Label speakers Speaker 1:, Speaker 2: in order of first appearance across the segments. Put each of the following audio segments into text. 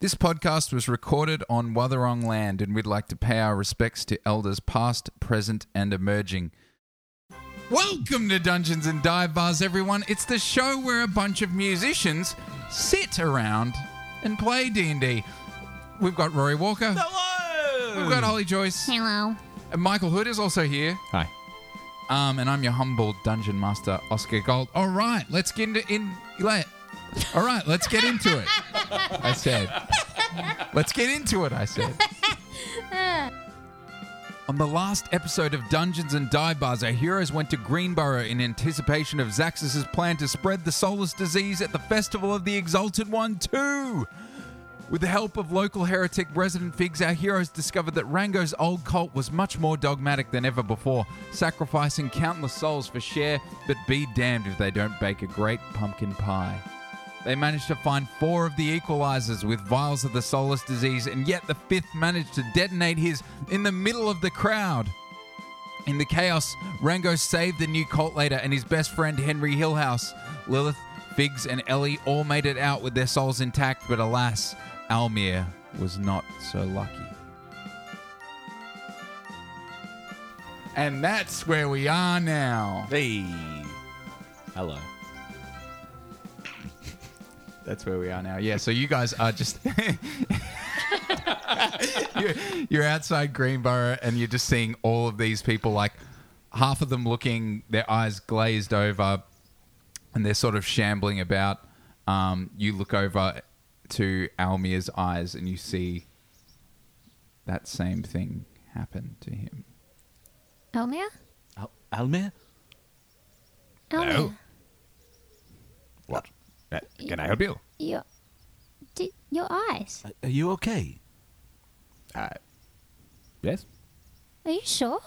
Speaker 1: This podcast was recorded on Wathaurong land, and we'd like to pay our respects to elders past, present, and emerging. Welcome to Dungeons and Dive Bars, everyone. It's the show where a bunch of musicians sit around and play D&D. We've got Rory Walker.
Speaker 2: Hello!
Speaker 1: We've got Holly Joyce.
Speaker 3: Hello.
Speaker 1: And Michael Hood is also here.
Speaker 2: Hi.
Speaker 1: Um, and I'm your humble dungeon master, Oscar Gold. All right, let's get into in. Let, all right, let's get into it. I said. Let's get into it. I said. On the last episode of Dungeons and Dive Bars, our heroes went to Greenborough in anticipation of Zaxxas' plan to spread the soulless disease at the Festival of the Exalted One too. With the help of local heretic resident Figs, our heroes discovered that Rango's old cult was much more dogmatic than ever before, sacrificing countless souls for share, but be damned if they don't bake a great pumpkin pie. They managed to find four of the equalizers with vials of the soulless disease, and yet the fifth managed to detonate his in the middle of the crowd. In the chaos, Rango saved the new cult leader and his best friend Henry Hillhouse. Lilith, Figs, and Ellie all made it out with their souls intact, but alas, Almir was not so lucky. And that's where we are now.
Speaker 2: Hey. Hello.
Speaker 1: That's where we are now. Yeah, so you guys are just. you're, you're outside Greenborough and you're just seeing all of these people, like half of them looking, their eyes glazed over, and they're sort of shambling about. Um, you look over to Almir's eyes and you see that same thing happen to him.
Speaker 3: Elmia?
Speaker 2: Al- Almir?
Speaker 3: Elmia?
Speaker 4: What? Uh, can I help you?
Speaker 3: Your, di- your eyes.
Speaker 2: Are- Are you okay?
Speaker 4: Uh, yes?
Speaker 3: Are you sure?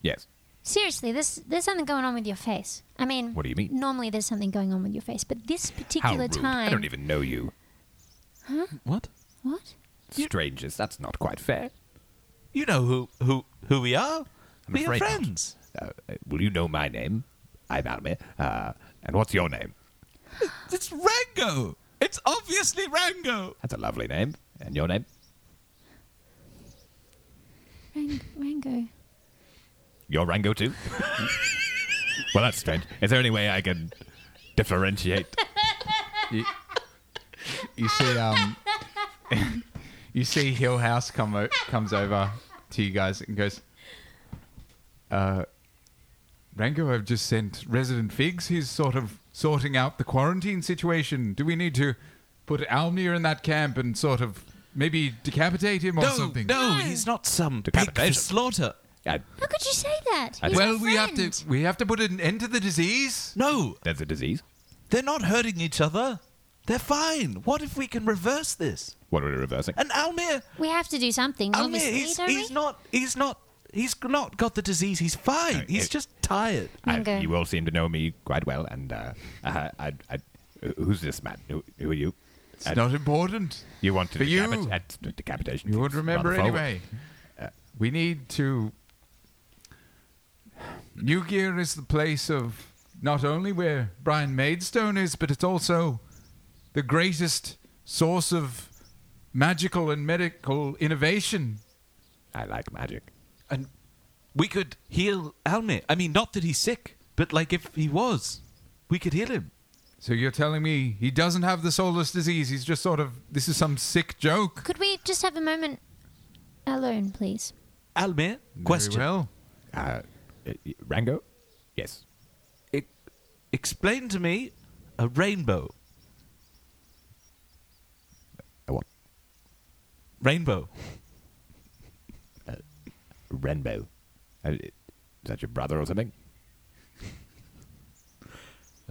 Speaker 4: Yes.
Speaker 3: Seriously, this there's something going on with your face. I mean,
Speaker 4: What do you mean?
Speaker 3: Normally, there's something going on with your face, but this
Speaker 4: How
Speaker 3: particular
Speaker 4: rude.
Speaker 3: time.
Speaker 4: I don't even know you.
Speaker 2: What?
Speaker 3: What?
Speaker 4: Strangers, that's not quite fair.
Speaker 2: You know who who who we are?
Speaker 4: I'm
Speaker 2: we are
Speaker 4: afraid not.
Speaker 2: friends.
Speaker 4: Uh, uh, will you know my name? I'm Almir. Uh, and what's your name?
Speaker 2: It's Rango. It's obviously Rango.
Speaker 4: That's a lovely name. And your name?
Speaker 3: Rang- Rango.
Speaker 4: You're Rango too? well, that's strange. Is there any way I can differentiate?
Speaker 1: You, you see, um, you see Hill House come o- comes over to you guys and goes, uh, Rango, I've just sent Resident Figs. He's sort of sorting out the quarantine situation. Do we need to put Almir in that camp and sort of maybe decapitate him or
Speaker 2: no,
Speaker 1: something?
Speaker 2: no, he's not some pig for
Speaker 4: Decapitation.
Speaker 2: slaughter.
Speaker 4: Uh,
Speaker 3: How could you say that?
Speaker 4: I
Speaker 3: He's
Speaker 1: Well,
Speaker 3: our
Speaker 1: we have to
Speaker 3: friend.
Speaker 1: we have to put an end to the disease.
Speaker 2: No,
Speaker 4: there's a disease.
Speaker 2: they're not hurting each other. They're fine. What if we can reverse this?
Speaker 4: What are we reversing?
Speaker 1: Uh,
Speaker 2: And Almir,
Speaker 3: We have to do something,
Speaker 4: Oh,
Speaker 2: Almir,
Speaker 3: obviously,
Speaker 2: he's,
Speaker 3: don't
Speaker 2: he's
Speaker 3: we?
Speaker 2: not, he's not, he's not got the disease. He's fine. he's
Speaker 4: it-
Speaker 2: just tired.
Speaker 4: I-
Speaker 3: Rango.
Speaker 4: Uh, you all seem to know me quite well. And uh, uh, I, I, who's this man? Who, who are you?
Speaker 1: It's
Speaker 4: And-
Speaker 1: not important.
Speaker 4: You want to
Speaker 1: For you.
Speaker 4: decapitate? That's the decapitation.
Speaker 1: You would
Speaker 4: It's
Speaker 1: remember
Speaker 4: rather forward.
Speaker 1: anyway. Uh, we need to. New Gear is the place of not only where Brian Maidstone is, but it's also the greatest source of magical and medical innovation.
Speaker 4: I like magic.
Speaker 2: and we could heal Almir. I mean, not that he's sick, but like if he was, we could heal him.
Speaker 1: So you're telling me he doesn't have the soulless disease? He's just sort of this is some sick joke.
Speaker 3: Could we just have a moment alone, please?
Speaker 2: Almir, question.
Speaker 1: Very well.
Speaker 4: Uh, uh, Rango? Yes.
Speaker 2: E- explain to me a rainbow.
Speaker 4: A what?
Speaker 2: Rainbow.
Speaker 4: Renbo. Uh, is that your brother or something?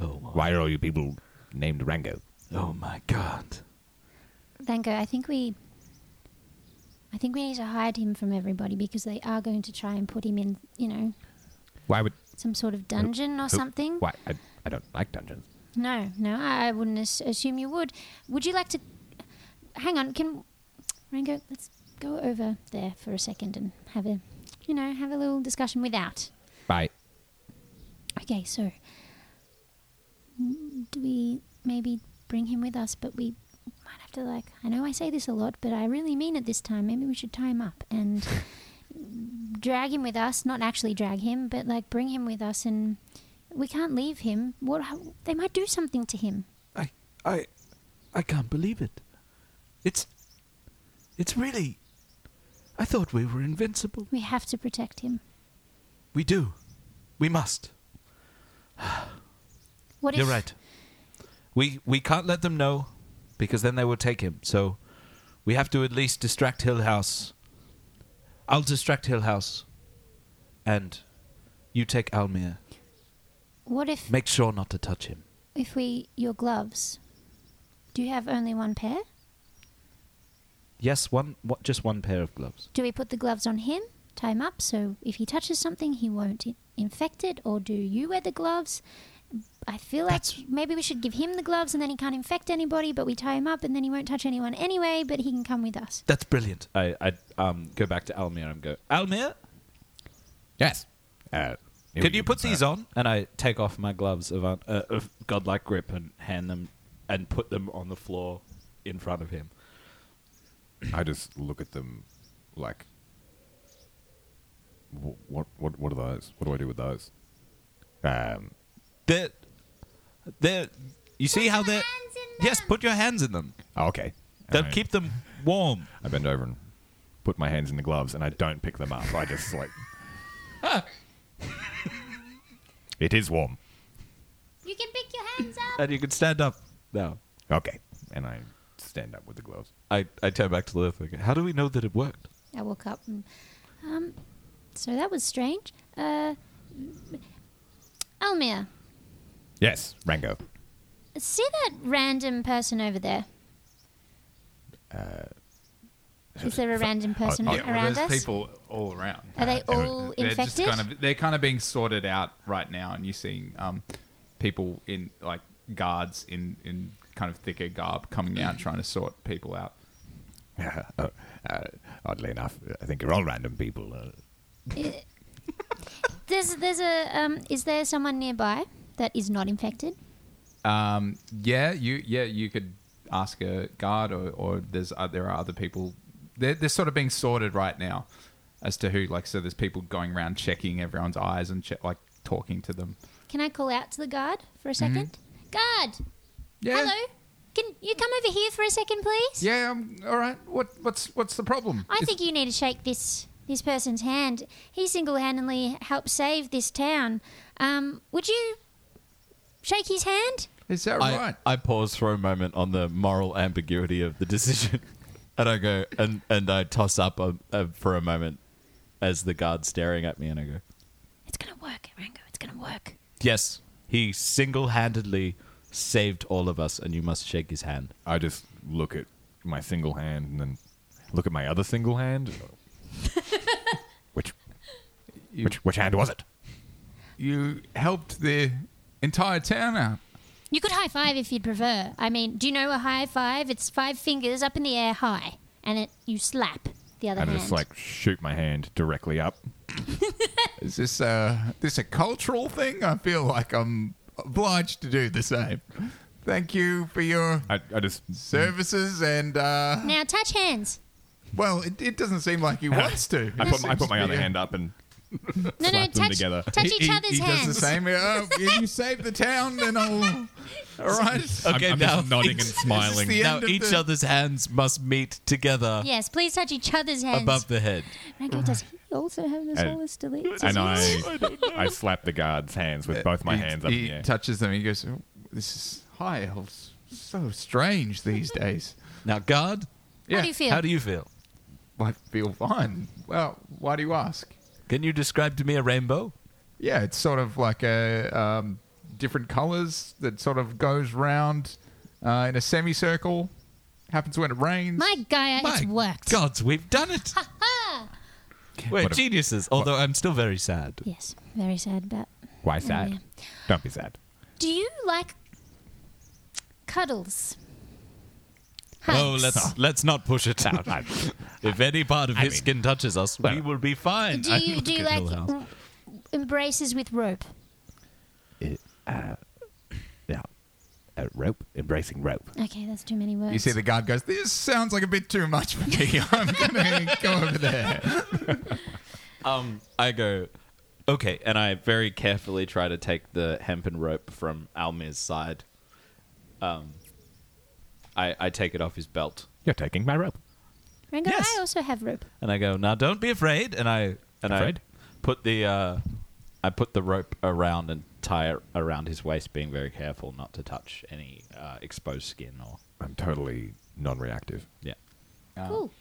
Speaker 2: Oh my.
Speaker 4: Why are all you people named Rango?
Speaker 2: Oh my god.
Speaker 3: Rango, I think we. I think we need to hide him from everybody because they are going to try and put him in, you know,
Speaker 4: Why would
Speaker 3: some sort of dungeon or
Speaker 4: who-
Speaker 3: something.
Speaker 4: Why I, I don't like dungeons.
Speaker 3: No, no, I I wouldn't as- assume you would. Would you like to? Hang on, can Rango? Let's go over there for a second and have a, you know, have a little discussion without.
Speaker 4: Bye.
Speaker 3: Okay, so mm, do we maybe bring him with us? But we might have to like. I know I say this a lot, but I really mean it this time. Maybe we should tie him up and drag him with us. Not actually drag him, but like bring him with us. And we can't leave him. What? How, they might do something to him.
Speaker 2: I, I, I can't believe it. It's, it's really. I thought we were invincible.
Speaker 3: We have to protect him.
Speaker 2: We do. We must.
Speaker 3: What
Speaker 2: You're
Speaker 3: if
Speaker 2: right. We we can't let them know, because then they will take him. So, we have to at least distract Hill House. I'll distract Hill House, and you take Almir.
Speaker 3: What if
Speaker 2: Make sure not to touch him.
Speaker 3: if we your gloves? Do you have only one pair?
Speaker 2: Yes, one what, just one pair of gloves.
Speaker 3: Do we put the gloves on him, tie him up, so if he touches something, he won't i- infect it? Or do you wear the gloves? I feel like
Speaker 2: That's-
Speaker 3: maybe we should give him the gloves and then he can't infect anybody, but we tie him up and then he won't touch anyone anyway, but he can come with us.
Speaker 2: That's brilliant.
Speaker 4: I, I
Speaker 2: Um, go back to Almir and go. Almir,
Speaker 4: yes. Uh,
Speaker 2: Can you put these on? And I take off my gloves of, un- uh, of godlike grip and hand them and put them on the floor in front of him.
Speaker 5: I just look at them like, "Wh- what, what, what are those? What do I do with those? Um,
Speaker 2: They're, they're, you see how they're. Yes, put your hands in them.
Speaker 5: oh, okay. And
Speaker 2: They'll
Speaker 5: I-
Speaker 2: keep them warm.
Speaker 5: I bend over and put my hands in the gloves, and I don't pick them up. I just like. it is warm.
Speaker 3: You can pick your hands up.
Speaker 2: And you can stand up now.
Speaker 5: Okay, and I stand up with the gloves.
Speaker 2: I, I turn back to Lilith. and go, How do we know that it worked?
Speaker 3: I woke up and. Um, so that was strange. Uh, Almir,
Speaker 5: Yes, Rango.
Speaker 3: see that random person over there? Is there a random person
Speaker 5: oh,
Speaker 1: Yeah, well,
Speaker 3: around
Speaker 1: there's
Speaker 3: us?
Speaker 1: people all around.
Speaker 3: Are they
Speaker 5: Uh,
Speaker 3: all
Speaker 1: They're
Speaker 3: infected?
Speaker 1: just kind of they're kind of being sorted out right now, and you're seeing um, people in like guards in in kind of thicker garb coming out trying to sort people out.
Speaker 5: Uh, uh, oddly enough, I think you're all random people. Uh,
Speaker 3: There's there's a um, is there someone nearby that is not infected?
Speaker 1: Um, yeah, you yeah you could ask a guard, or, or there's uh, there are other people. They're, they're sort of being sorted right now as to who like so. There's people going around checking everyone's eyes and che- like talking to them.
Speaker 3: Can I call out to the guard for a 2nd Guard,
Speaker 1: Yeah.
Speaker 3: hello. Can you come over here for a second, please?
Speaker 1: Yeah, I'm all right. What what's what's the problem?
Speaker 3: I
Speaker 1: Is-
Speaker 3: think you need to shake this this person's hand. He single-handedly helped save this town. Um, would you shake his hand?
Speaker 1: is that
Speaker 6: I,
Speaker 1: right?
Speaker 6: I pause for a moment on the moral ambiguity of the decision, and I go and and I toss up a, a, for a moment as the guard's staring at me, and I go,
Speaker 3: It's gonna work, Rango. It's gonna work.
Speaker 6: "Yes, he single-handedly saved all of us, and you must shake his hand."
Speaker 5: I just look at my single hand and then look at my other single hand. which, which, which hand was it?
Speaker 1: you helped the entire town out.
Speaker 3: You could high five if you'd prefer. I mean, do you know a high five? It's five fingers up in the air high, and it you slap the other
Speaker 5: And I
Speaker 3: hand.
Speaker 5: just like shoot my hand directly up.
Speaker 1: Is this a this a cultural thing? I feel like I'm obliged to do the same. Thank you for your
Speaker 5: I, I just
Speaker 1: services, and uh,
Speaker 3: now touch hands.
Speaker 1: well, it, it doesn't seem like he wants to.
Speaker 5: I put, I put my other hand up and
Speaker 3: No, no,
Speaker 5: Slap them
Speaker 3: touch,
Speaker 5: together.
Speaker 3: touch each
Speaker 1: he,
Speaker 3: other's
Speaker 1: he
Speaker 3: hands.
Speaker 1: does the same. Oh, if you save the town, then I'll. All right.
Speaker 6: Okay,
Speaker 4: I'm, I'm
Speaker 6: now
Speaker 4: just nodding and
Speaker 6: each-
Speaker 4: smiling.
Speaker 1: the
Speaker 6: now
Speaker 1: end of
Speaker 6: each
Speaker 1: the-
Speaker 6: other's hands must meet together
Speaker 3: Yes, please touch each other's hands.
Speaker 6: above the head.
Speaker 3: Rango, does he also have the
Speaker 5: And-
Speaker 3: soulless delete?
Speaker 5: and I I slap the guard's hands with both my
Speaker 1: He-
Speaker 5: hands up. in
Speaker 1: He
Speaker 5: the air.
Speaker 1: touches them. He goes, oh, "This is high elves. So strange these days."
Speaker 6: Now, guard,
Speaker 3: How do you feel?
Speaker 6: how do you feel?
Speaker 1: I feel fine. Well, why do you ask?
Speaker 6: Can you describe to me a rainbow?
Speaker 1: Yeah, it's sort of like a um, different colors that sort of goes round uh, in a semicircle. Happens when it rains.
Speaker 3: My Gaia, it's
Speaker 6: My
Speaker 3: worked.
Speaker 6: Gods, we've done it. We're geniuses, although I'm still very sad.
Speaker 3: Yes, very sad about.
Speaker 5: Why sad?
Speaker 3: yeah.
Speaker 5: Don't be sad.
Speaker 3: Do you like cuddles?
Speaker 6: Oh,
Speaker 1: Oh,
Speaker 3: Hugs?
Speaker 6: let's let's not push it out. if any part of his skin touches us, we will be fine.
Speaker 3: Do
Speaker 6: I
Speaker 3: you
Speaker 6: look
Speaker 3: do you
Speaker 6: at
Speaker 3: like
Speaker 6: Hill House.
Speaker 3: em- embraces with rope?
Speaker 4: Yeah. Uh,
Speaker 7: uh, rope, embracing rope.
Speaker 3: Okay, that's too many words.
Speaker 1: You see, the guard goes, This sounds like a bit too much for me. I'm going to go over there.
Speaker 2: Um, I go, okay, and I very carefully try to take the hempen rope from Almir's side. Um, I, I take it off his belt,
Speaker 5: You're taking my rope.
Speaker 3: Rango,
Speaker 6: Yes.
Speaker 3: I also have rope.
Speaker 2: and I go, now don't be afraid, and I and
Speaker 5: Afraid?
Speaker 2: I put the uh, I put the rope around and tie it around his waist, being very careful not to touch any uh, exposed skin or
Speaker 7: I'm totally non-reactive.
Speaker 2: yeah.
Speaker 1: Oh.
Speaker 3: cool.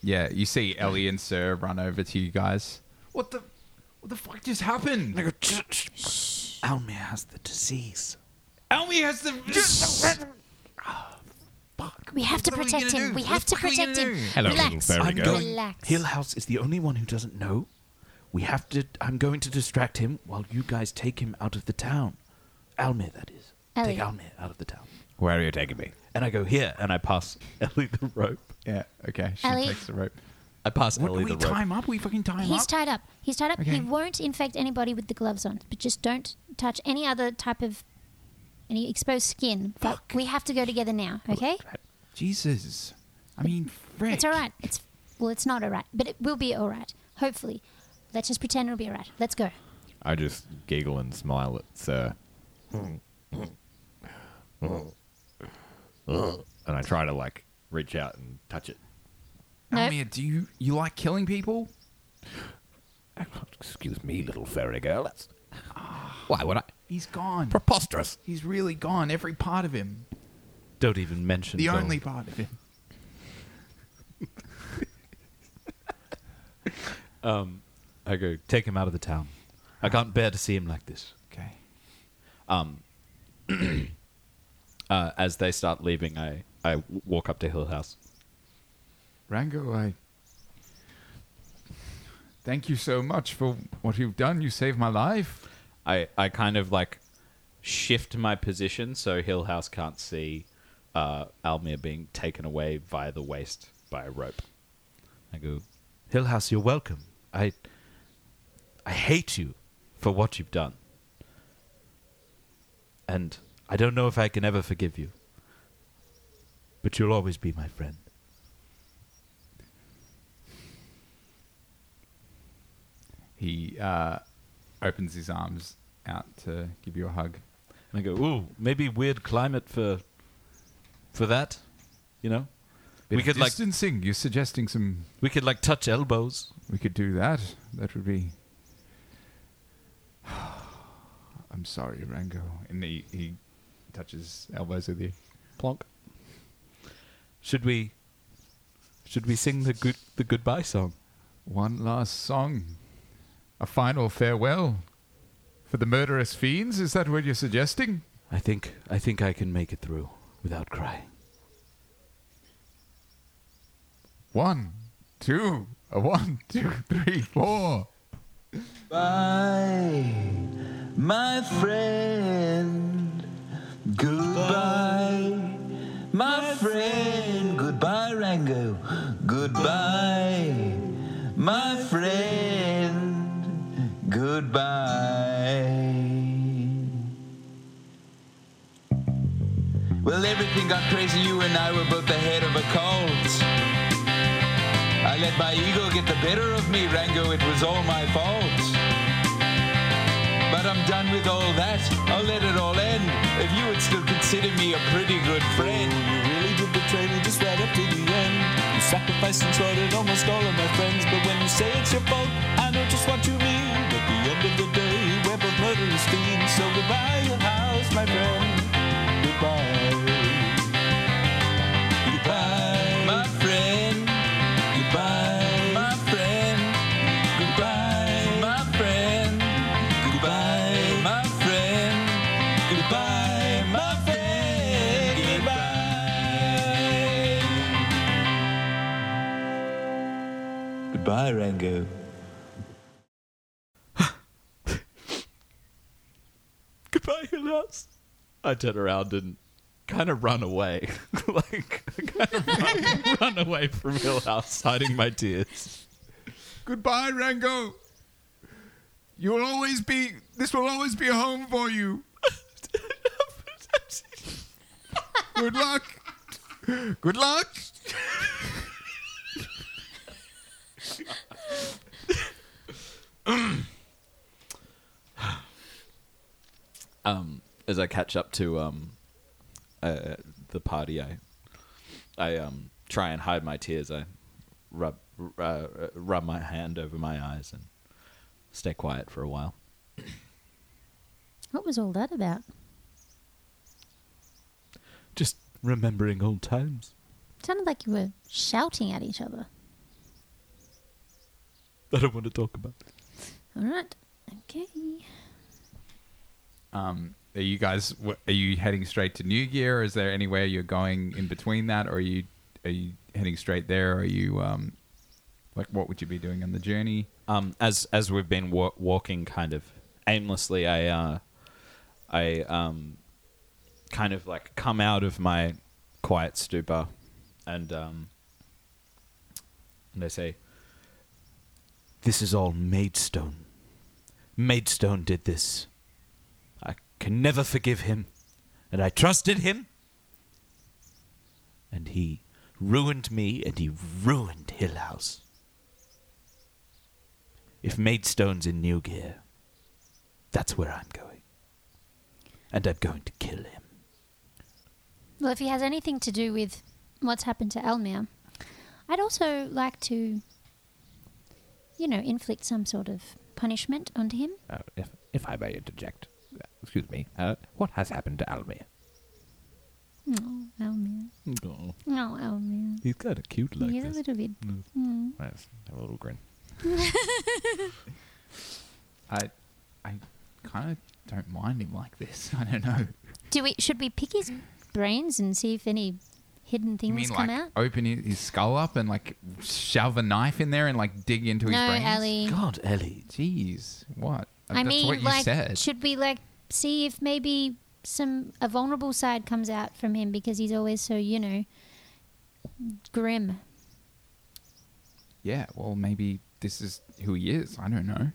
Speaker 1: Yeah, you see Ellie and Sir run over to you guys. What the? What the fuck just happened?
Speaker 6: Almir has the disease.
Speaker 1: Almy has the.
Speaker 3: We have to
Speaker 1: What are we
Speaker 3: protect
Speaker 1: gonna
Speaker 3: him.
Speaker 1: do?
Speaker 3: We
Speaker 1: What
Speaker 3: have
Speaker 1: the
Speaker 3: to
Speaker 1: fuck are we
Speaker 3: protect
Speaker 1: gonna
Speaker 3: him.
Speaker 1: do?
Speaker 5: Hello, little
Speaker 3: Relax.
Speaker 5: fairy
Speaker 6: I'm
Speaker 5: There we
Speaker 6: going.
Speaker 3: Relax.
Speaker 6: Hillhouse is the only one who doesn't know. We have to. I'm going to distract him while you guys take him out of the town. Almir, that is. Take
Speaker 3: Elliot.
Speaker 6: Almir out of the town.
Speaker 7: Where are you taking me?
Speaker 6: And I go here, and I pass Ellie the rope.
Speaker 1: Yeah. Okay. She
Speaker 3: Ellie?
Speaker 1: takes the rope.
Speaker 2: I pass Ellie the rope.
Speaker 1: up? We fucking time
Speaker 3: He's tied up. He's tied up.
Speaker 1: Okay.
Speaker 3: He won't infect anybody with the gloves on, but just don't touch any other type of any exposed skin. But we have to go together now, okay?
Speaker 1: Jesus. I mean, Fred.
Speaker 3: It's all right. It's well, it's not all right, but it will be all right. Hopefully, let's just pretend it'll be all right. Let's go.
Speaker 5: I just giggle and smile at uh, Sir. and I try to like reach out and touch it.
Speaker 1: Almir, do you you like killing people?
Speaker 7: Excuse me, little fairy girl. That's why would I?
Speaker 1: He's gone.
Speaker 7: Preposterous.
Speaker 1: He's really gone. Every part of him.
Speaker 2: Don't even mention
Speaker 1: The
Speaker 2: Bill.
Speaker 1: only part of him.
Speaker 2: Um, I go take him out of the town. I can't bear to see him like this.
Speaker 1: Okay.
Speaker 2: Uh, as they start leaving, I, I w- walk up to Hill House.
Speaker 1: Rango, I thank you so much for what you've done. You saved my life.
Speaker 2: I, I kind of like shift my position so Hill House can't see uh, Almir being taken away via the waist by a rope. I go,
Speaker 6: Hillhouse, you're welcome. I. I hate you for what you've done. And I don't know if I can ever forgive you. But you'll always be my friend.
Speaker 1: He uh, opens his arms out to give you a hug.
Speaker 2: and I go, ooh, maybe weird climate for for that, you know?
Speaker 1: Bit
Speaker 2: we
Speaker 1: of
Speaker 2: could like
Speaker 1: distancing. You're suggesting some.
Speaker 2: we could like touch elbows.
Speaker 1: We could do that. That would be. I'm sorry, Rango. And he, he touches elbows with you.
Speaker 2: Plonk. Should we should we sing the good the goodbye song?
Speaker 1: One last song. A final farewell. For the murderous fiends? Is that what you're suggesting?
Speaker 6: I think I think I can make it through without crying.
Speaker 1: One, two, a one, two, three, four.
Speaker 8: Bye, my friend. Goodbye, my friend. Goodbye, Rango. Goodbye, my friend. Goodbye. Well, everything got crazy. You and I were both ahead of a cold. I let my ego get the better of me, Rango. It was all my fault. But I'm done with all that. I'll let it all end. If you would still consider me a pretty good friend.
Speaker 6: Oh,
Speaker 9: You really did betray me just right up to the end. You sacrificed and slaughtered almost all of my friends. But when you say it's your fault, I know just what you mean. At the end of the day, we're both murderous fiends. So goodbye, your house, my friend. Goodbye. Goodbye,
Speaker 8: My friend,
Speaker 9: goodbye,
Speaker 8: my friend,
Speaker 9: goodbye, goodbye,
Speaker 8: my friend, my friend,
Speaker 9: goodbye, my friend.
Speaker 8: goodbye.
Speaker 9: Goodbye, Rango.
Speaker 2: Goodbye, Hill House. I turn around and kind of run away. like I kind of run, run away from Hill House, hiding my tears.
Speaker 1: Goodbye, Rango. You will always be. This will always be a home for you. Good luck. Good luck.
Speaker 6: um, as I catch up to um, uh, the party, I I um, try and hide my tears. I rub uh, rub my hand over my eyes and stay quiet for a while.
Speaker 3: What was all that about?
Speaker 2: Just remembering old times.
Speaker 3: Sounded like you were shouting at each other.
Speaker 2: I don't want to talk about.
Speaker 3: All right. Okay.
Speaker 1: Um, are you guys? wh- Are you heading straight to New Year? Is there anywhere you're going in between that, or are you are you heading straight there? are you um, like what would you be doing on the journey?
Speaker 6: Um, as as we've been wa- walking kind of aimlessly, I uh, I
Speaker 2: uh,
Speaker 6: um, kind of like come out of my quiet stupor, and um, and I say,
Speaker 2: This is all Maidstone. Maidstone did this. I can never forgive him. And I trusted him. And he ruined me and he ruined Hill House. If Maidstone's in New Gear, that's where I'm going. And I'm going to kill him.
Speaker 3: Well, if he has anything to do with what's happened to Elmir, I'd also like to, you know, inflict some sort of punishment onto him.
Speaker 5: Uh, if, if I may interject, uh, excuse me, uh, what has happened to Almir?
Speaker 3: Oh, Elmir. Oh, Elmir.
Speaker 2: He's kind of cute
Speaker 3: He's a little bit. Mm.
Speaker 5: Let's have a little grin.
Speaker 1: I I kind of don't mind him like this. I don't know.
Speaker 3: Do we? Should we pick his brains and see if any hidden
Speaker 1: You
Speaker 3: things
Speaker 1: mean
Speaker 3: come
Speaker 1: like
Speaker 3: out?
Speaker 1: open his, his skull up and like shove a knife in there and like dig into his
Speaker 3: no,
Speaker 1: brains?
Speaker 3: Ellie.
Speaker 2: God, Ellie.
Speaker 1: Jeez, what?
Speaker 3: I
Speaker 1: That's
Speaker 3: mean,
Speaker 1: what you
Speaker 3: like,
Speaker 1: said.
Speaker 3: should we like see if maybe some a vulnerable side comes out from him because he's always so you know grim.
Speaker 1: yeah. Well, maybe this is who he is. I don't know.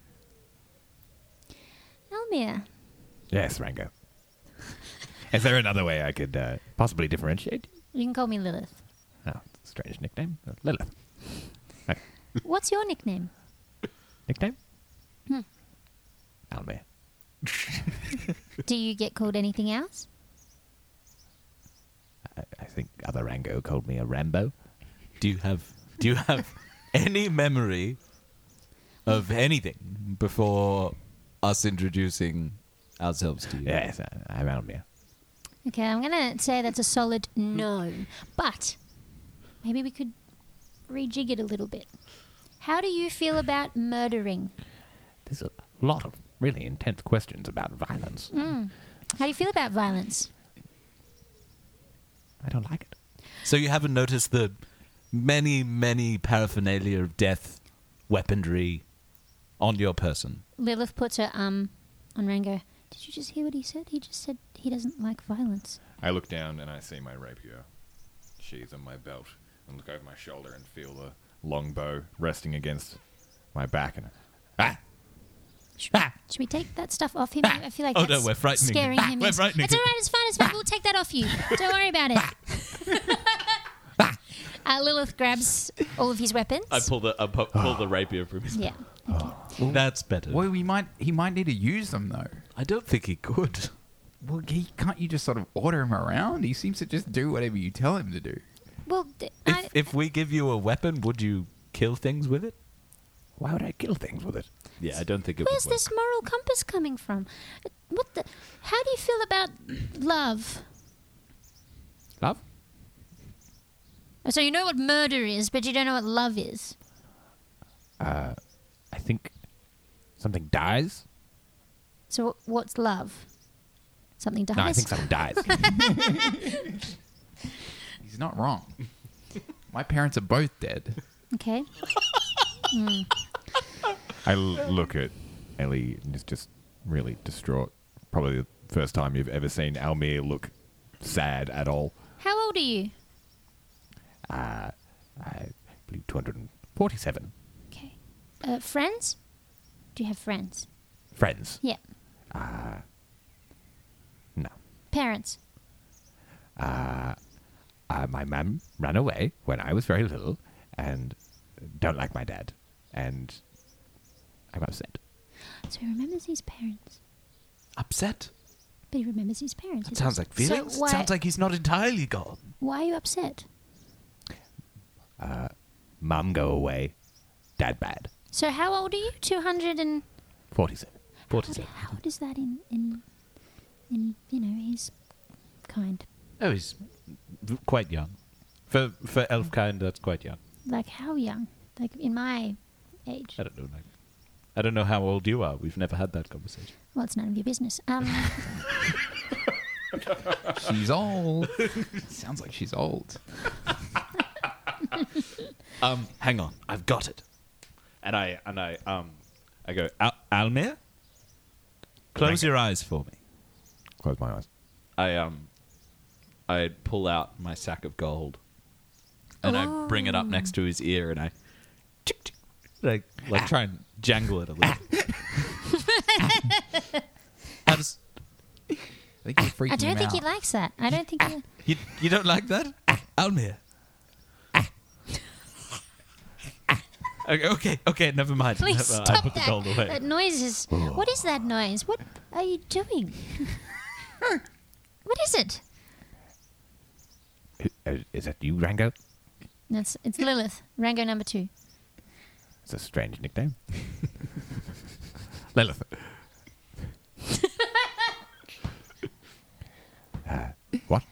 Speaker 3: Elmir,
Speaker 5: Yes, Rango. is there another way I could uh, possibly differentiate?
Speaker 3: you can call me Lilith.
Speaker 5: Oh, strange nickname. Uh, Lilith. Okay.
Speaker 3: What's your nickname?
Speaker 5: Nickname? Almir.
Speaker 3: Do you get called anything else?
Speaker 5: I, I think other Rango called me a Rambo.
Speaker 2: Do you have do you have any memory of anything before us introducing ourselves to you?
Speaker 5: Yes, I, I'm Almir.
Speaker 3: Okay, I'm gonna say that's a solid no, but maybe we could rejig it a little bit. How do you feel about murdering?
Speaker 5: There's a lot of really intense questions about violence.
Speaker 3: How do you feel about violence?
Speaker 5: I don't like it.
Speaker 2: So you haven't noticed the many, many paraphernalia of death weaponry on your person.
Speaker 3: Lilith puts her um on Rango. Did you just hear what he said? He just said he doesn't like violence.
Speaker 10: I look down and I see my rapier sheathed on my belt and look over my shoulder and feel the longbow resting against my back and ah!
Speaker 3: Should, should we take that stuff off him? I feel like
Speaker 2: Oh, no,
Speaker 3: that's
Speaker 2: we're frightening
Speaker 3: scaring
Speaker 2: him.
Speaker 3: him.
Speaker 2: We're
Speaker 3: Yes.
Speaker 2: frightening
Speaker 3: It's all right. It's fine. It's fine. We'll take that off you. Don't worry about it. uh, Lilith grabs all of his weapons.
Speaker 6: I pull the I pu- pull the rapier from his.
Speaker 3: yeah.
Speaker 2: Ah. That's better.
Speaker 1: Well, we might. He might need to use them though.
Speaker 2: I don't think he could.
Speaker 1: Well, he, can't you just sort of order him around? He seems to just do whatever you tell him to do.
Speaker 3: Well, d
Speaker 2: If,
Speaker 3: I
Speaker 2: if we give you a weapon, would you kill things with it?
Speaker 5: Why would I kill things with it?
Speaker 6: Yeah, I don't think it
Speaker 3: where's
Speaker 6: would work.
Speaker 3: this moral compass coming from? What the? How do you feel about love?
Speaker 5: Love?
Speaker 3: Oh, So you know what murder is, but you don't know what love is.
Speaker 5: Uh, I think something dies.
Speaker 3: So wh- what's love? Something dies.
Speaker 5: No, I think something dies.
Speaker 1: He's not wrong. My parents are both dead.
Speaker 3: Okay.
Speaker 10: I l- look at Ellie and is just really distraught. Probably the first time you've ever seen Almir look sad at all.
Speaker 3: How old are you?
Speaker 5: I believe 247
Speaker 3: Okay. Uh, friends? Do you have friends?
Speaker 5: friends.
Speaker 3: Yeah.
Speaker 5: Uh, No.
Speaker 3: Parents?
Speaker 5: uh, my mum ran away when I was very little and don't like my dad. And I'm upset.
Speaker 3: So he remembers his parents,
Speaker 2: Upset?
Speaker 3: but he remembers his parents.
Speaker 2: That sounds like feelings.
Speaker 3: So why,
Speaker 2: sounds like he's not entirely gone.
Speaker 3: why are you upset?
Speaker 5: Mum, go away. Dad, bad.
Speaker 3: So how old are you? Two hundred and
Speaker 5: 47.
Speaker 3: what, how old is that in in in you know his kind?
Speaker 2: Oh, he's v- quite young. For for elf kind, that's quite young.
Speaker 3: Like how young? Like in my age?
Speaker 2: I don't know. Like, I don't know how old you are. We've never had that conversation.
Speaker 3: Well, it's none of your business. Um,
Speaker 1: She's old. Sounds like she's old.
Speaker 6: Um,
Speaker 2: Hang on, I've got it.
Speaker 6: and I and I um, I go.
Speaker 2: Al- Almir, close your eyes for me.
Speaker 10: Close my eyes.
Speaker 6: I um, I pull out my sack of gold, and
Speaker 3: Oh.
Speaker 6: I bring it up next to his ear, and I
Speaker 2: Like, like try and jangle it a little. How does-
Speaker 1: I think you freaked
Speaker 3: I don't
Speaker 1: him
Speaker 3: think
Speaker 1: out.
Speaker 3: he likes that. I don't think. he,
Speaker 2: you, you don't like that, Almir? okay, okay, okay, never mind.
Speaker 3: please
Speaker 2: never,
Speaker 3: stop
Speaker 2: I put
Speaker 3: that.
Speaker 2: the gold away.
Speaker 3: That noise is. What is that noise? What are you doing? what is it?
Speaker 5: Who- uh, Is that you, Rango?
Speaker 3: That's it's Lilith, Rango number two.
Speaker 5: It's a strange nickname. Lilith. uh, what?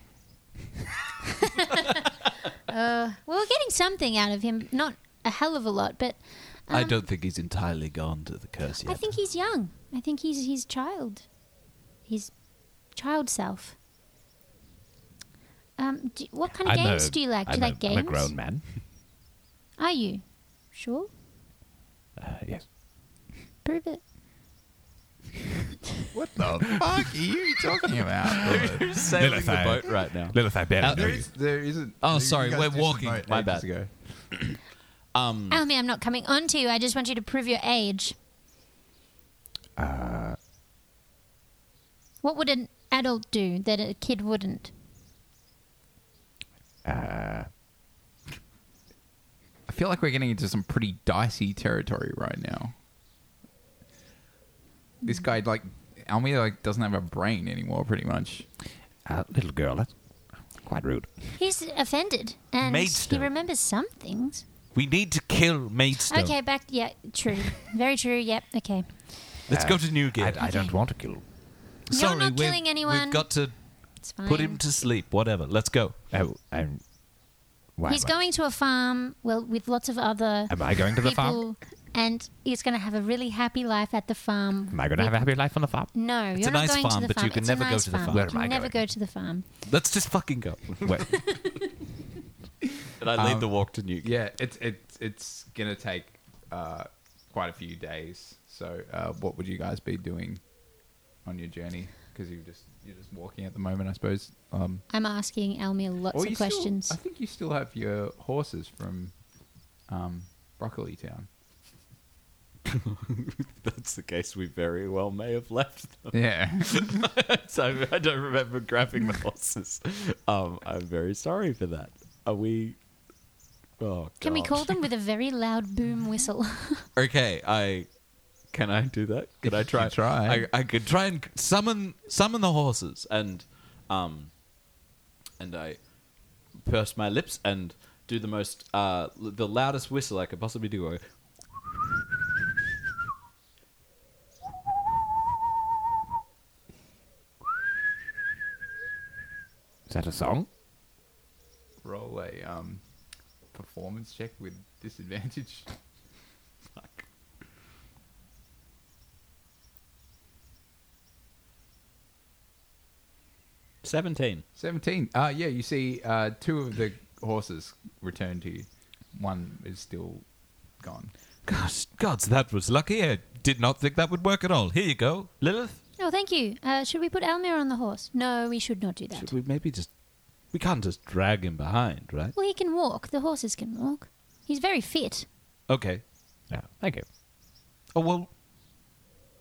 Speaker 3: Well, we're getting something out of him. Not a hell of a lot, but
Speaker 2: I don't think he's entirely gone to the curse yet.
Speaker 3: I think he's young. I think he's his child. His child self. Um, do, what kind of
Speaker 5: I'm
Speaker 3: games
Speaker 5: a-
Speaker 3: do you like? Do
Speaker 5: I'm
Speaker 3: you like
Speaker 5: a,
Speaker 3: games?
Speaker 5: I'm a grown man.
Speaker 3: Are you? Sure.
Speaker 5: Uh, yes.
Speaker 3: Prove it.
Speaker 1: What the fuck are you talking about?
Speaker 6: sailing
Speaker 5: Lilith,
Speaker 6: the
Speaker 5: I-
Speaker 6: boat right now.
Speaker 5: Lilith, I barely know you.
Speaker 1: there isn't.
Speaker 6: Oh,
Speaker 1: you
Speaker 6: sorry,
Speaker 1: guys
Speaker 6: we're
Speaker 1: did some
Speaker 6: walking.
Speaker 1: boat
Speaker 6: My
Speaker 1: ages
Speaker 6: bad.
Speaker 1: ago.
Speaker 5: Hmm.
Speaker 6: Um,
Speaker 3: Almy, Oh, I'm not coming on to you. I just want you to prove your age.
Speaker 5: Uh,
Speaker 3: What would an adult do that a kid wouldn't?
Speaker 1: I feel like we're getting into some pretty dicey territory right now. This guy, like, Almir, like, doesn't have a brain anymore, pretty much.
Speaker 5: Uh, little girl, that's quite rude.
Speaker 3: He's offended and
Speaker 2: Maidstone.
Speaker 3: he remembers some things.
Speaker 2: we need to kill Maidstone.
Speaker 3: Okay, back. Yeah, true. Very true. Yep. Okay.
Speaker 2: let's go to
Speaker 5: I,
Speaker 2: Newgate.
Speaker 5: I don't want to kill.
Speaker 2: Sorry,
Speaker 3: You're not
Speaker 2: we've-
Speaker 3: killing anyone.
Speaker 2: We've got to
Speaker 3: it's fine.
Speaker 2: put him to sleep. Whatever. Let's go.
Speaker 5: Oh, I'm. Why
Speaker 3: He's
Speaker 5: am I-
Speaker 3: going to a farm, well, with lots of other
Speaker 5: Am I going to the
Speaker 3: people,
Speaker 5: farm?
Speaker 3: and he's going to have a really happy life at the farm.
Speaker 5: Am I going to have a happy life on the farm?
Speaker 3: No,
Speaker 2: It's
Speaker 3: you're
Speaker 2: a
Speaker 3: not
Speaker 2: nice
Speaker 3: going
Speaker 2: farm,
Speaker 3: to the
Speaker 2: but you
Speaker 3: farm.
Speaker 2: can
Speaker 3: It's a
Speaker 2: never go
Speaker 3: nice
Speaker 2: to the farm.
Speaker 5: Where
Speaker 3: You
Speaker 5: am I
Speaker 3: can never
Speaker 5: going?
Speaker 3: go to the farm.
Speaker 2: Let's just fucking go.
Speaker 5: Wait,
Speaker 6: and I lead
Speaker 2: Um,
Speaker 6: the walk to Newgate.
Speaker 1: Yeah, it's it's it's gonna take uh, quite a few days. So, uh, what would you guys be doing on your journey? Because you just you're just walking at the moment, I suppose. Um,
Speaker 3: I'm asking Almir
Speaker 5: Oh,
Speaker 3: lots
Speaker 1: or
Speaker 3: of
Speaker 1: you still-
Speaker 3: questions.
Speaker 1: I think you still have your horses from um, Broccoli Town.
Speaker 6: If that's the case, we very well may have left them.
Speaker 1: Yeah,
Speaker 6: so I don't remember grabbing the horses. Um, I'm very sorry for that. Are we? Oh,
Speaker 3: can we
Speaker 6: God.
Speaker 3: call them with a very loud boom whistle?
Speaker 6: Okay, I can I do that? Could I try?
Speaker 1: try.
Speaker 6: I, I could try and summon summon the horses and um and I purse my lips and do the most uh l- the loudest whistle I could possibly do. Oh, I-
Speaker 5: is that a song?
Speaker 1: roll a um, performance check with disadvantage.
Speaker 6: Seventeen.
Speaker 1: 17. Uh, yeah, you see uh, two of the horses return to you. One is still gone.
Speaker 2: Gosh, gods, that was lucky. I did not think that would work at all. Here you go, Lilith.
Speaker 3: oh, thank you. Uh, should we put Almir on the horse? No, we should not do that.
Speaker 2: Should we maybe just? We can't just drag him behind, right?
Speaker 3: Well, he can walk. The horses can walk. He's very fit.
Speaker 2: Okay.
Speaker 5: No, thank you.
Speaker 2: Oh well.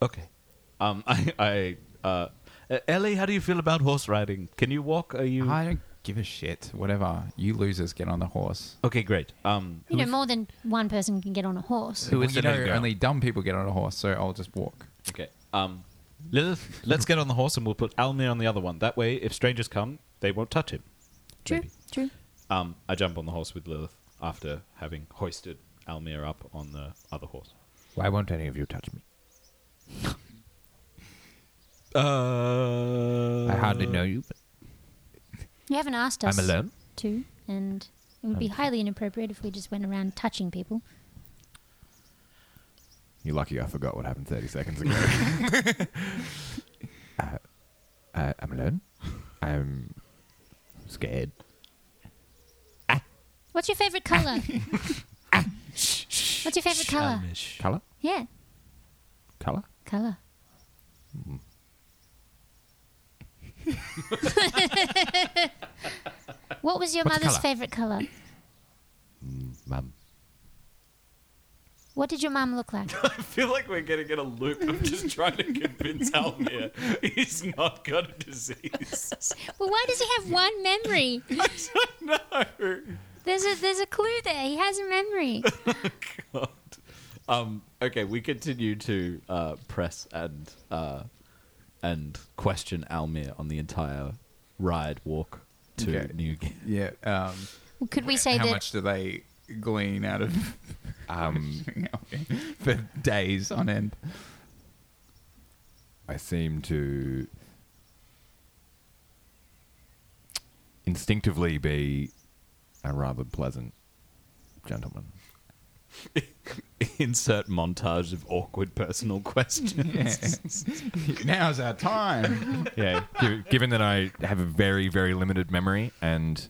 Speaker 2: Okay.
Speaker 6: Um, I I uh, uh, Ellie, how do you feel about horse riding? Can you walk? Are you?
Speaker 1: I don't Give a shit. Whatever. You losers get on the horse.
Speaker 2: Okay, great. Um,
Speaker 3: You know, more than one person can get on a horse.
Speaker 2: who
Speaker 1: Well,
Speaker 2: is
Speaker 1: you
Speaker 2: the
Speaker 1: know,
Speaker 2: main girl?
Speaker 1: only dumb people get on a horse, so I'll just walk.
Speaker 6: Okay. Um,
Speaker 2: Lilith, let's get on the horse and we'll put Almir on the other one. That way, if strangers come, they won't touch him.
Speaker 3: True, true.
Speaker 6: um, I jump on the horse with Lilith after having hoisted Almir up on the other horse.
Speaker 5: Why won't any of you touch me?
Speaker 2: Uh,
Speaker 5: I hardly know you, but
Speaker 3: You haven't asked us
Speaker 5: I'm alone.
Speaker 3: to, and it would be highly inappropriate if we just went around touching people.
Speaker 10: You're lucky I forgot what happened 30 seconds ago.
Speaker 5: Uh, I'm alone. I'm scared.
Speaker 3: What's your favorite color? What's your favorite color?
Speaker 5: Color?
Speaker 3: Yeah,
Speaker 5: Color?
Speaker 3: color. what was your
Speaker 5: What's
Speaker 3: mother's
Speaker 5: colour?
Speaker 3: favorite color?
Speaker 5: Mum.
Speaker 3: What did your mum look like?
Speaker 6: I feel like we're going to get a loop of just trying to convince Almir he's not got a disease.
Speaker 3: well, why does he have one memory?
Speaker 6: no.
Speaker 3: There's a there's a clue there. He has a memory.
Speaker 6: God. Um, okay, we continue to uh, press and uh, and question Almir on the entire ride walk to
Speaker 1: Okay.
Speaker 6: Newgate.
Speaker 1: Yeah. Um,
Speaker 3: Well, could we say
Speaker 1: how
Speaker 3: that?
Speaker 1: much do they glean out of um, for days on end?
Speaker 10: I seem to instinctively be a rather pleasant gentleman.
Speaker 6: Insert montage of awkward personal questions.
Speaker 1: Now's our time.
Speaker 10: Yeah, gi- given that I have a very, very limited memory and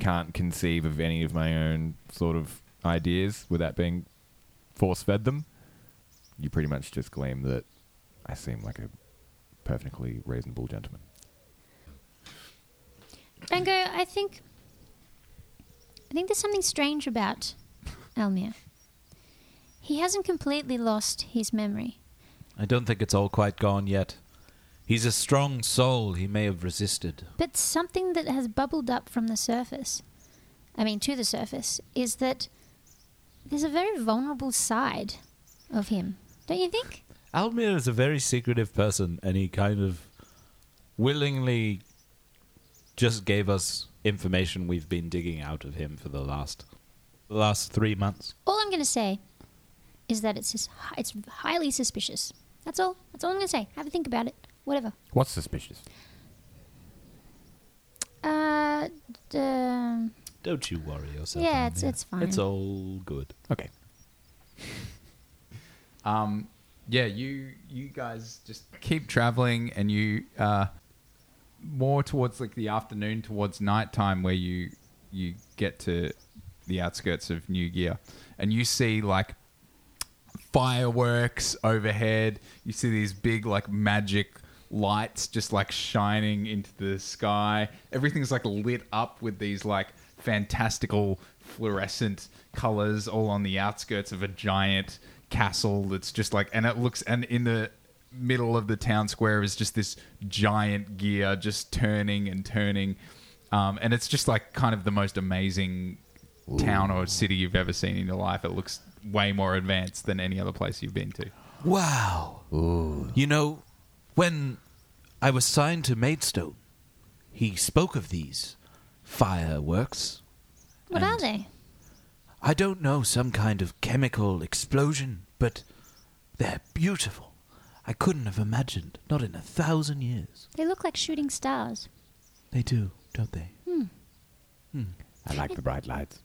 Speaker 10: can't conceive of any of my own sort of ideas without being force fed them, you pretty much just claim that I seem like a perfectly reasonable gentleman.
Speaker 3: Rango, I think I think there's something strange about Almir. He hasn't completely lost his memory.
Speaker 2: I don't think it's all quite gone yet. He's a strong soul. He may have resisted.
Speaker 3: But something that has bubbled up from the surface, I mean, to the surface, is that there's a very vulnerable side of him, don't you think?
Speaker 2: Almir is a very secretive person, and he kind of willingly just gave us information we've been digging out of him for the last the last three months.
Speaker 3: All I'm going to say is that it's, sus- it's highly suspicious. That's all. That's all I'm going to say. Have a think about it. Whatever.
Speaker 5: What's suspicious?
Speaker 3: Uh, d- um,
Speaker 2: Don't you worry yourself.
Speaker 3: yeah, it's,
Speaker 2: Almir.
Speaker 3: it's fine.
Speaker 2: It's all good.
Speaker 5: Okay.
Speaker 1: Um, yeah, you you guys just keep traveling, and you uh, more towards like the afternoon, towards nighttime, where you you get to the outskirts of New Gear, and you see like fireworks overhead. You see these big like magic lights just like shining into the sky. Everything's like lit up with these like fantastical fluorescent colors all on the outskirts of a giant castle that's just like and it looks and in the middle of the town square is just this giant gear just turning and turning. Um, and it's just like kind of the most amazing town or city you've ever seen in your life. It looks way more advanced than any other place you've been to.
Speaker 2: Wow. You know, when I was signed to Maidstone, he spoke of these fireworks.
Speaker 3: what are they?
Speaker 2: I don't know, some kind of chemical explosion, but they're beautiful. I couldn't have imagined, not in a thousand years.
Speaker 3: They look like shooting stars.
Speaker 2: They do, don't they? Hmm.
Speaker 5: I like the bright lights.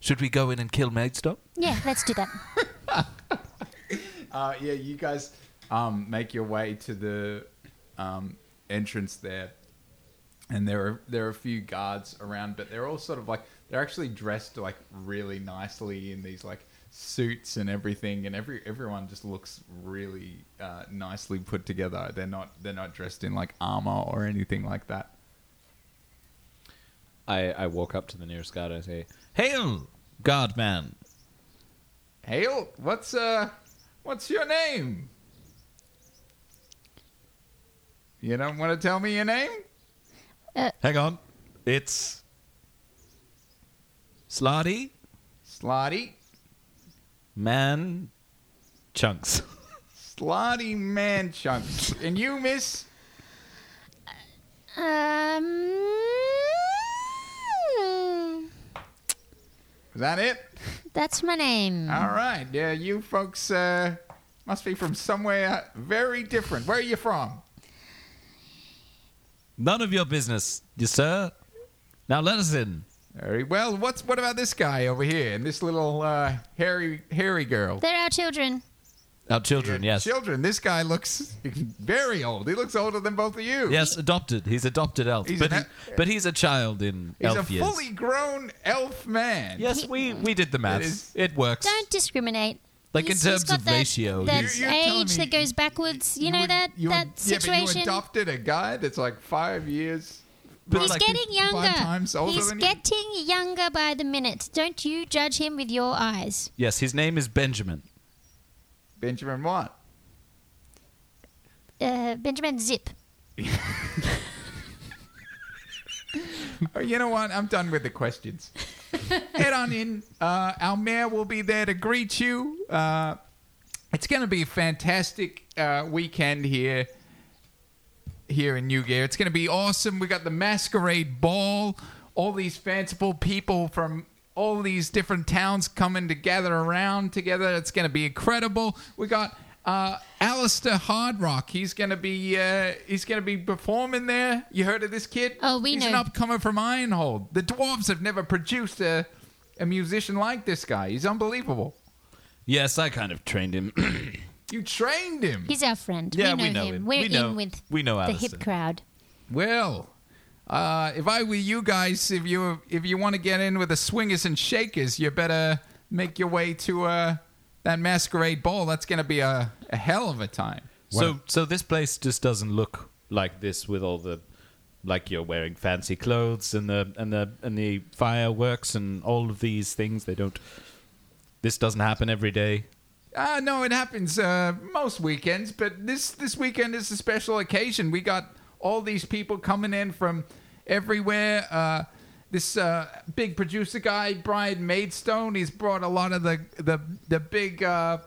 Speaker 2: Should we go in and kill Maidstone?
Speaker 3: Yeah, let's do that.
Speaker 1: Uh, yeah, you guys um, make your way to the um, entrance there, and there are there are a few guards around, but they're all sort of like they're actually dressed like really nicely in these like suits and everything, and every everyone just looks really uh, nicely put together. They're not they're not dressed in like armor or anything like that.
Speaker 6: I, I walk up to the nearest guard and I say, Hail, guard man.
Speaker 1: Hale, what's uh, what's your name? You don't want to tell me your name?
Speaker 6: Hang on.
Speaker 2: It's slotty
Speaker 1: Slotty.
Speaker 2: man chunks.
Speaker 1: Slotty man chunks. And you, miss?
Speaker 3: Um,
Speaker 1: Is that it?
Speaker 3: that's my name.
Speaker 1: All right. Yeah, you folks uh, must be from somewhere very different. Where are you from?
Speaker 2: None of your business, you sir. Now let us in.
Speaker 1: Very well. What's what about this guy over here and this little uh, hairy hairy girl?
Speaker 3: They're our children.
Speaker 2: Our children, yes.
Speaker 1: Children. This guy looks very old. He looks older than both of you.
Speaker 2: Yes, adopted. He's adopted elf.
Speaker 1: He's
Speaker 2: but,
Speaker 1: an
Speaker 2: he- but he's a child in
Speaker 1: He's
Speaker 2: elf
Speaker 1: a
Speaker 2: years.
Speaker 1: fully grown elf man.
Speaker 2: yes, we, we did the
Speaker 1: is-
Speaker 2: maths. It, works.
Speaker 3: Don't discriminate.
Speaker 2: Like in
Speaker 3: He's- he's
Speaker 2: terms
Speaker 3: got
Speaker 2: of
Speaker 3: that-
Speaker 2: ratio,
Speaker 3: that
Speaker 1: he's- You're- you're telling
Speaker 3: age
Speaker 1: me
Speaker 3: that goes backwards. You, know
Speaker 1: would-
Speaker 3: that
Speaker 1: you would-
Speaker 3: that
Speaker 1: Yeah, but you
Speaker 3: situation.
Speaker 1: adopted a guy that's like five years.
Speaker 3: he's
Speaker 2: like-
Speaker 3: getting younger.
Speaker 1: times older
Speaker 3: he's
Speaker 1: than you.
Speaker 3: getting younger by the minute. Don't you judge him with your eyes.
Speaker 2: Yes, his name is Benjamin.
Speaker 1: Benjamin what?
Speaker 3: Uh, Benjamin Zip.
Speaker 1: Oh, you know what? I'm done with the questions. Head on in. Uh, our mayor will be there to greet you. Uh, it's going to be a fantastic uh, weekend here. Here in New Gear, it's going to be awesome. We got the masquerade ball. All these fanciful people from all these different towns coming to gather around together. It's going to be incredible. We got uh, Alistair Hardrock. He's going to be uh, he's going to be performing there. You heard of this kid?
Speaker 3: Oh, we
Speaker 1: he's
Speaker 3: know.
Speaker 1: an upcomer from Ironhold. The dwarves have never produced a, a musician like this guy. He's unbelievable.
Speaker 2: Yes, I kind of trained him.
Speaker 1: You trained him.
Speaker 3: He's our friend.
Speaker 2: Yeah,
Speaker 3: we know,
Speaker 2: we know
Speaker 3: him.
Speaker 2: him.
Speaker 3: We're
Speaker 2: We know-
Speaker 3: in with
Speaker 2: we know
Speaker 3: the
Speaker 2: Alistair.
Speaker 3: hip crowd.
Speaker 1: Well, uh, if I were you guys, if you if you want to get in with the swingers and shakers, you better make your way to uh, that masquerade ball. That's going to be a, a hell of a time.
Speaker 2: so so this place just doesn't look
Speaker 6: like this with all the like you're wearing fancy clothes and the and the and the fireworks and all of these things they don't this doesn't happen every day
Speaker 1: Uh, no, it happens uh, most weekends, but this this weekend is a special occasion. We got all these people coming in from everywhere. Uh, this uh, big producer guy, Brian Maidstone, he's brought a lot of the the the big uh,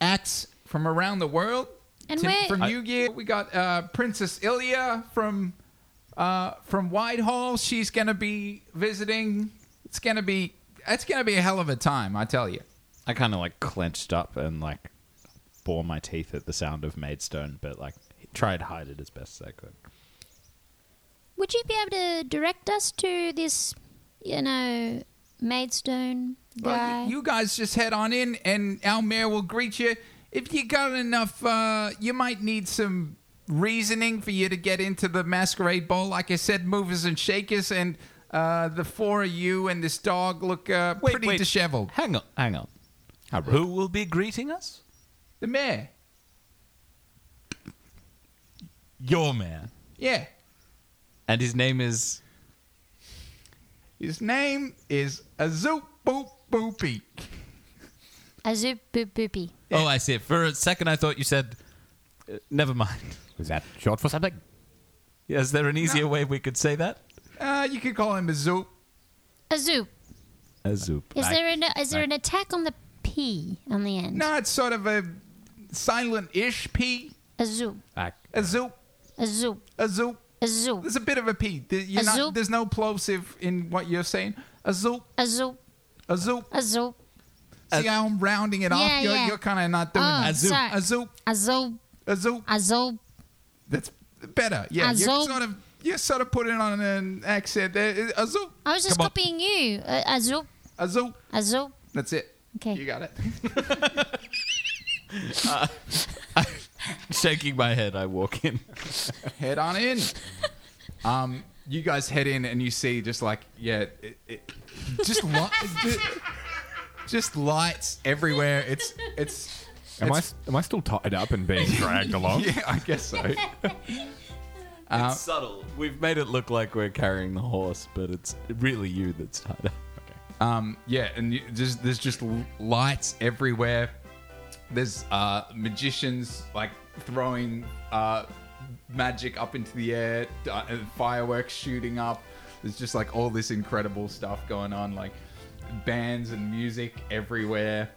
Speaker 1: acts from around the world.
Speaker 3: And
Speaker 1: to-
Speaker 3: we're-
Speaker 1: from New Gear, we got uh, Princess Ilya from uh, from Whitehall. She's gonna be visiting. It's gonna be it's gonna be a hell of a time, I tell you.
Speaker 6: i kind of like clenched up and like bore my teeth at the sound of maidstone but like tried to hide it as best as i could
Speaker 3: Would you be able to direct us to this, you know, Maidstone
Speaker 1: Well, y-
Speaker 3: guy?
Speaker 1: you guys just head on in, and our mayor will greet you. If you got enough, uh, you might need some reasoning for you to get into the masquerade ball. Like I said, movers and shakers, and uh, the four of you and this dog look uh, pretty disheveled.
Speaker 2: Hang on, hang on. Who will be greeting us?
Speaker 1: The mayor,
Speaker 2: Your man.
Speaker 1: yeah.
Speaker 2: And his name is
Speaker 1: His name is Azoop Boop Boopy.
Speaker 3: A zoop boop boopy.
Speaker 2: Oh, I see. For a second I thought you said uh, never mind.
Speaker 5: Was that short for something?
Speaker 2: Is there an easier way we could say that?
Speaker 1: Uh, you could call him Azoop.
Speaker 3: A zoop.
Speaker 2: A zoop.
Speaker 3: Is there an is there an attack on the p on the end?
Speaker 1: No, it's sort of a silent-ish P.
Speaker 3: A zoop.
Speaker 1: Azoop,
Speaker 3: A zoop.
Speaker 1: Azoop.
Speaker 3: A zoop.
Speaker 1: There's a bit of a P. Th- you're
Speaker 3: A
Speaker 1: not-
Speaker 3: zoop.
Speaker 1: there's no plosive in what you're saying. A zoop,
Speaker 3: A zoop.
Speaker 1: a zoop.
Speaker 3: A zoop.
Speaker 1: See how I'm rounding it
Speaker 3: Yeah,
Speaker 1: off? You're,
Speaker 3: yeah.
Speaker 1: you're kind of not doing
Speaker 3: Oh,
Speaker 1: that.
Speaker 3: Azoop. sorry.
Speaker 1: A zoop,
Speaker 3: A zoop.
Speaker 1: a zoop.
Speaker 3: A zoop.
Speaker 1: That's better. Yeah, you're
Speaker 3: Azoop.
Speaker 1: sort of you're sort of putting on an accent. there. A zoop,
Speaker 3: I was just
Speaker 1: Come on.
Speaker 3: copying you. Uh, A, a zoop.
Speaker 1: a zoop.
Speaker 3: A zoop.
Speaker 1: That's it.
Speaker 3: Okay.
Speaker 1: You got it.
Speaker 2: Shaking my head, I walk in.
Speaker 1: head on in. Um, you guys head in and you see just like yeah, it, it, just li- just lights everywhere. It's it's.
Speaker 10: Am I, am I still tied up and being dragged along?
Speaker 1: Yeah, I guess so.
Speaker 6: subtle we've made it look like we're carrying the horse but it's really you that's tied up
Speaker 1: Um, yeah, and you, just, there's just l- lights everywhere. There's uh, magicians like throwing uh, magic up into the air, uh, and fireworks shooting up. There's just like all this incredible stuff going on, like bands and music everywhere.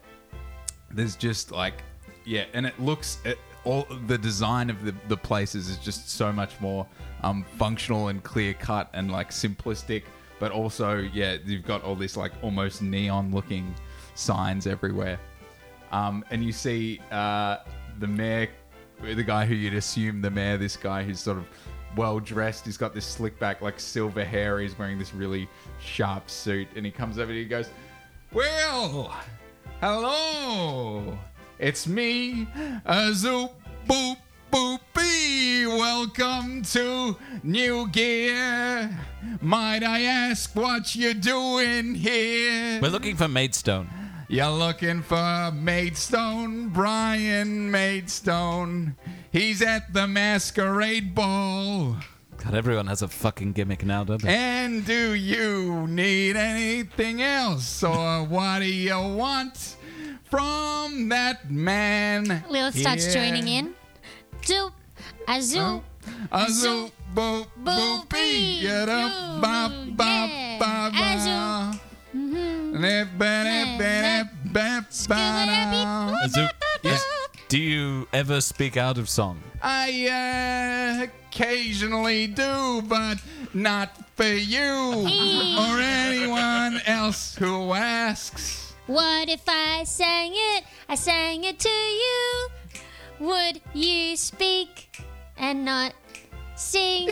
Speaker 1: There's just like, yeah, and it looks it, all the design of the, the places is just so much more um, functional and clear cut and like simplistic, but also yeah, you've got all this like almost neon looking signs everywhere, um, and you see uh, the mayor, the guy who you'd assume the mayor, this guy who's sort of well dressed. He's got this slick back, like silver hair. He's wearing this really sharp suit, and he comes over to you and goes, "Well, hello, it's me, uh, Zoop Boop Boopy. Welcome to New Gear. Might I ask what you're doing here?
Speaker 2: We're looking for Maidstone.
Speaker 1: You're looking for Maidstone, Brian Maidstone. He's at the masquerade ball.
Speaker 2: God, everyone has a fucking gimmick now, don't they?
Speaker 1: And do you need anything else, or what do you want from that man?
Speaker 3: Lilith starts
Speaker 1: here?
Speaker 3: joining in. Zoop, a zoop,
Speaker 1: A zoop, boop, boopy,
Speaker 3: boopy,
Speaker 1: yada, bop,
Speaker 3: zoo,
Speaker 1: bop,
Speaker 3: yeah. Mm-hmm.
Speaker 1: bop,
Speaker 3: A
Speaker 1: bop. Nip, bap, bap, bap, bada.
Speaker 3: Scooby-Dooby,
Speaker 2: Zoop.
Speaker 3: Yeah.
Speaker 2: Do you ever speak out of song?
Speaker 1: I uh, occasionally do, but not for you or anyone else who asks.
Speaker 3: What if I sang it? I sang it to you. Would you speak and not sing?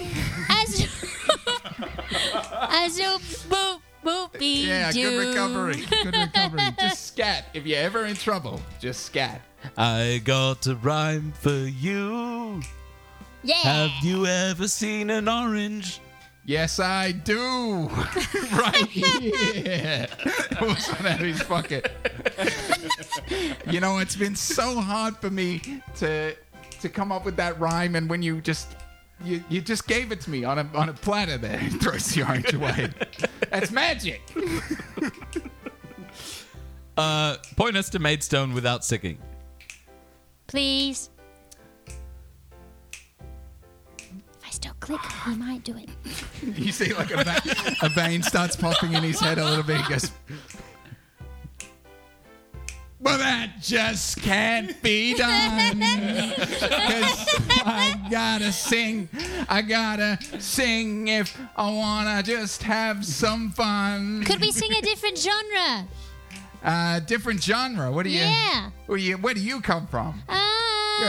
Speaker 3: As as you boop boopy
Speaker 1: Yeah,
Speaker 3: doo.
Speaker 1: good recovery. Good recovery. Just scat. If you're ever in trouble, just scat.
Speaker 2: I got a rhyme for you.
Speaker 3: Yeah.
Speaker 2: Have you ever seen an orange?
Speaker 1: Yes, I do. right here. What's on out of his pocket? you know, it's been so hard for me to to come up with that rhyme, and when you just you, you just gave it to me on a on a platter there, He throws the orange away. That's magic.
Speaker 2: Uh, point us to Maidstone without singing.
Speaker 3: Please. If I still click, we might do it.
Speaker 1: You see, like a, va- a vein starts popping in his head a little bit. He goes, Well, that just can't be done. Because I gotta sing. I gotta sing if I wanna just have some fun.
Speaker 3: Could we sing a different genre?
Speaker 1: Uh, different genre. What do you.
Speaker 3: Yeah.
Speaker 1: Where, you, where do you come from? You're a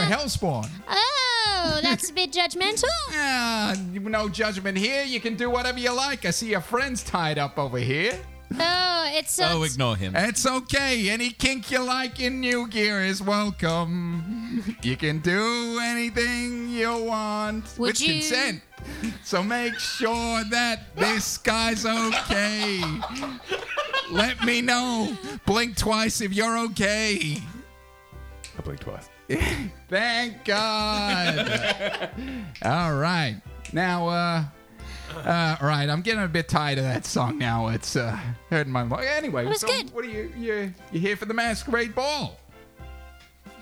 Speaker 3: Ah.
Speaker 1: hellspawn.
Speaker 3: oh, that's a bit judgmental.
Speaker 1: Ah, no judgment here. You can do whatever you like. I see your friends tied up over here.
Speaker 3: Oh, it's so.
Speaker 2: Oh, ignore him.
Speaker 1: It's okay. Any kink you like in New Gear is welcome. You can do anything you want
Speaker 3: Would
Speaker 1: with
Speaker 3: you-
Speaker 1: consent. So make sure that this guy's okay. Let me know. Blink twice if you're okay.
Speaker 10: I blinked twice.
Speaker 1: Thank God. all right. Now, uh, uh, all right. I'm getting a bit tired of that song now. It's uh, hurting my voice. Anyway,
Speaker 3: was
Speaker 1: so
Speaker 3: good.
Speaker 1: what are you? You you here for the masquerade ball?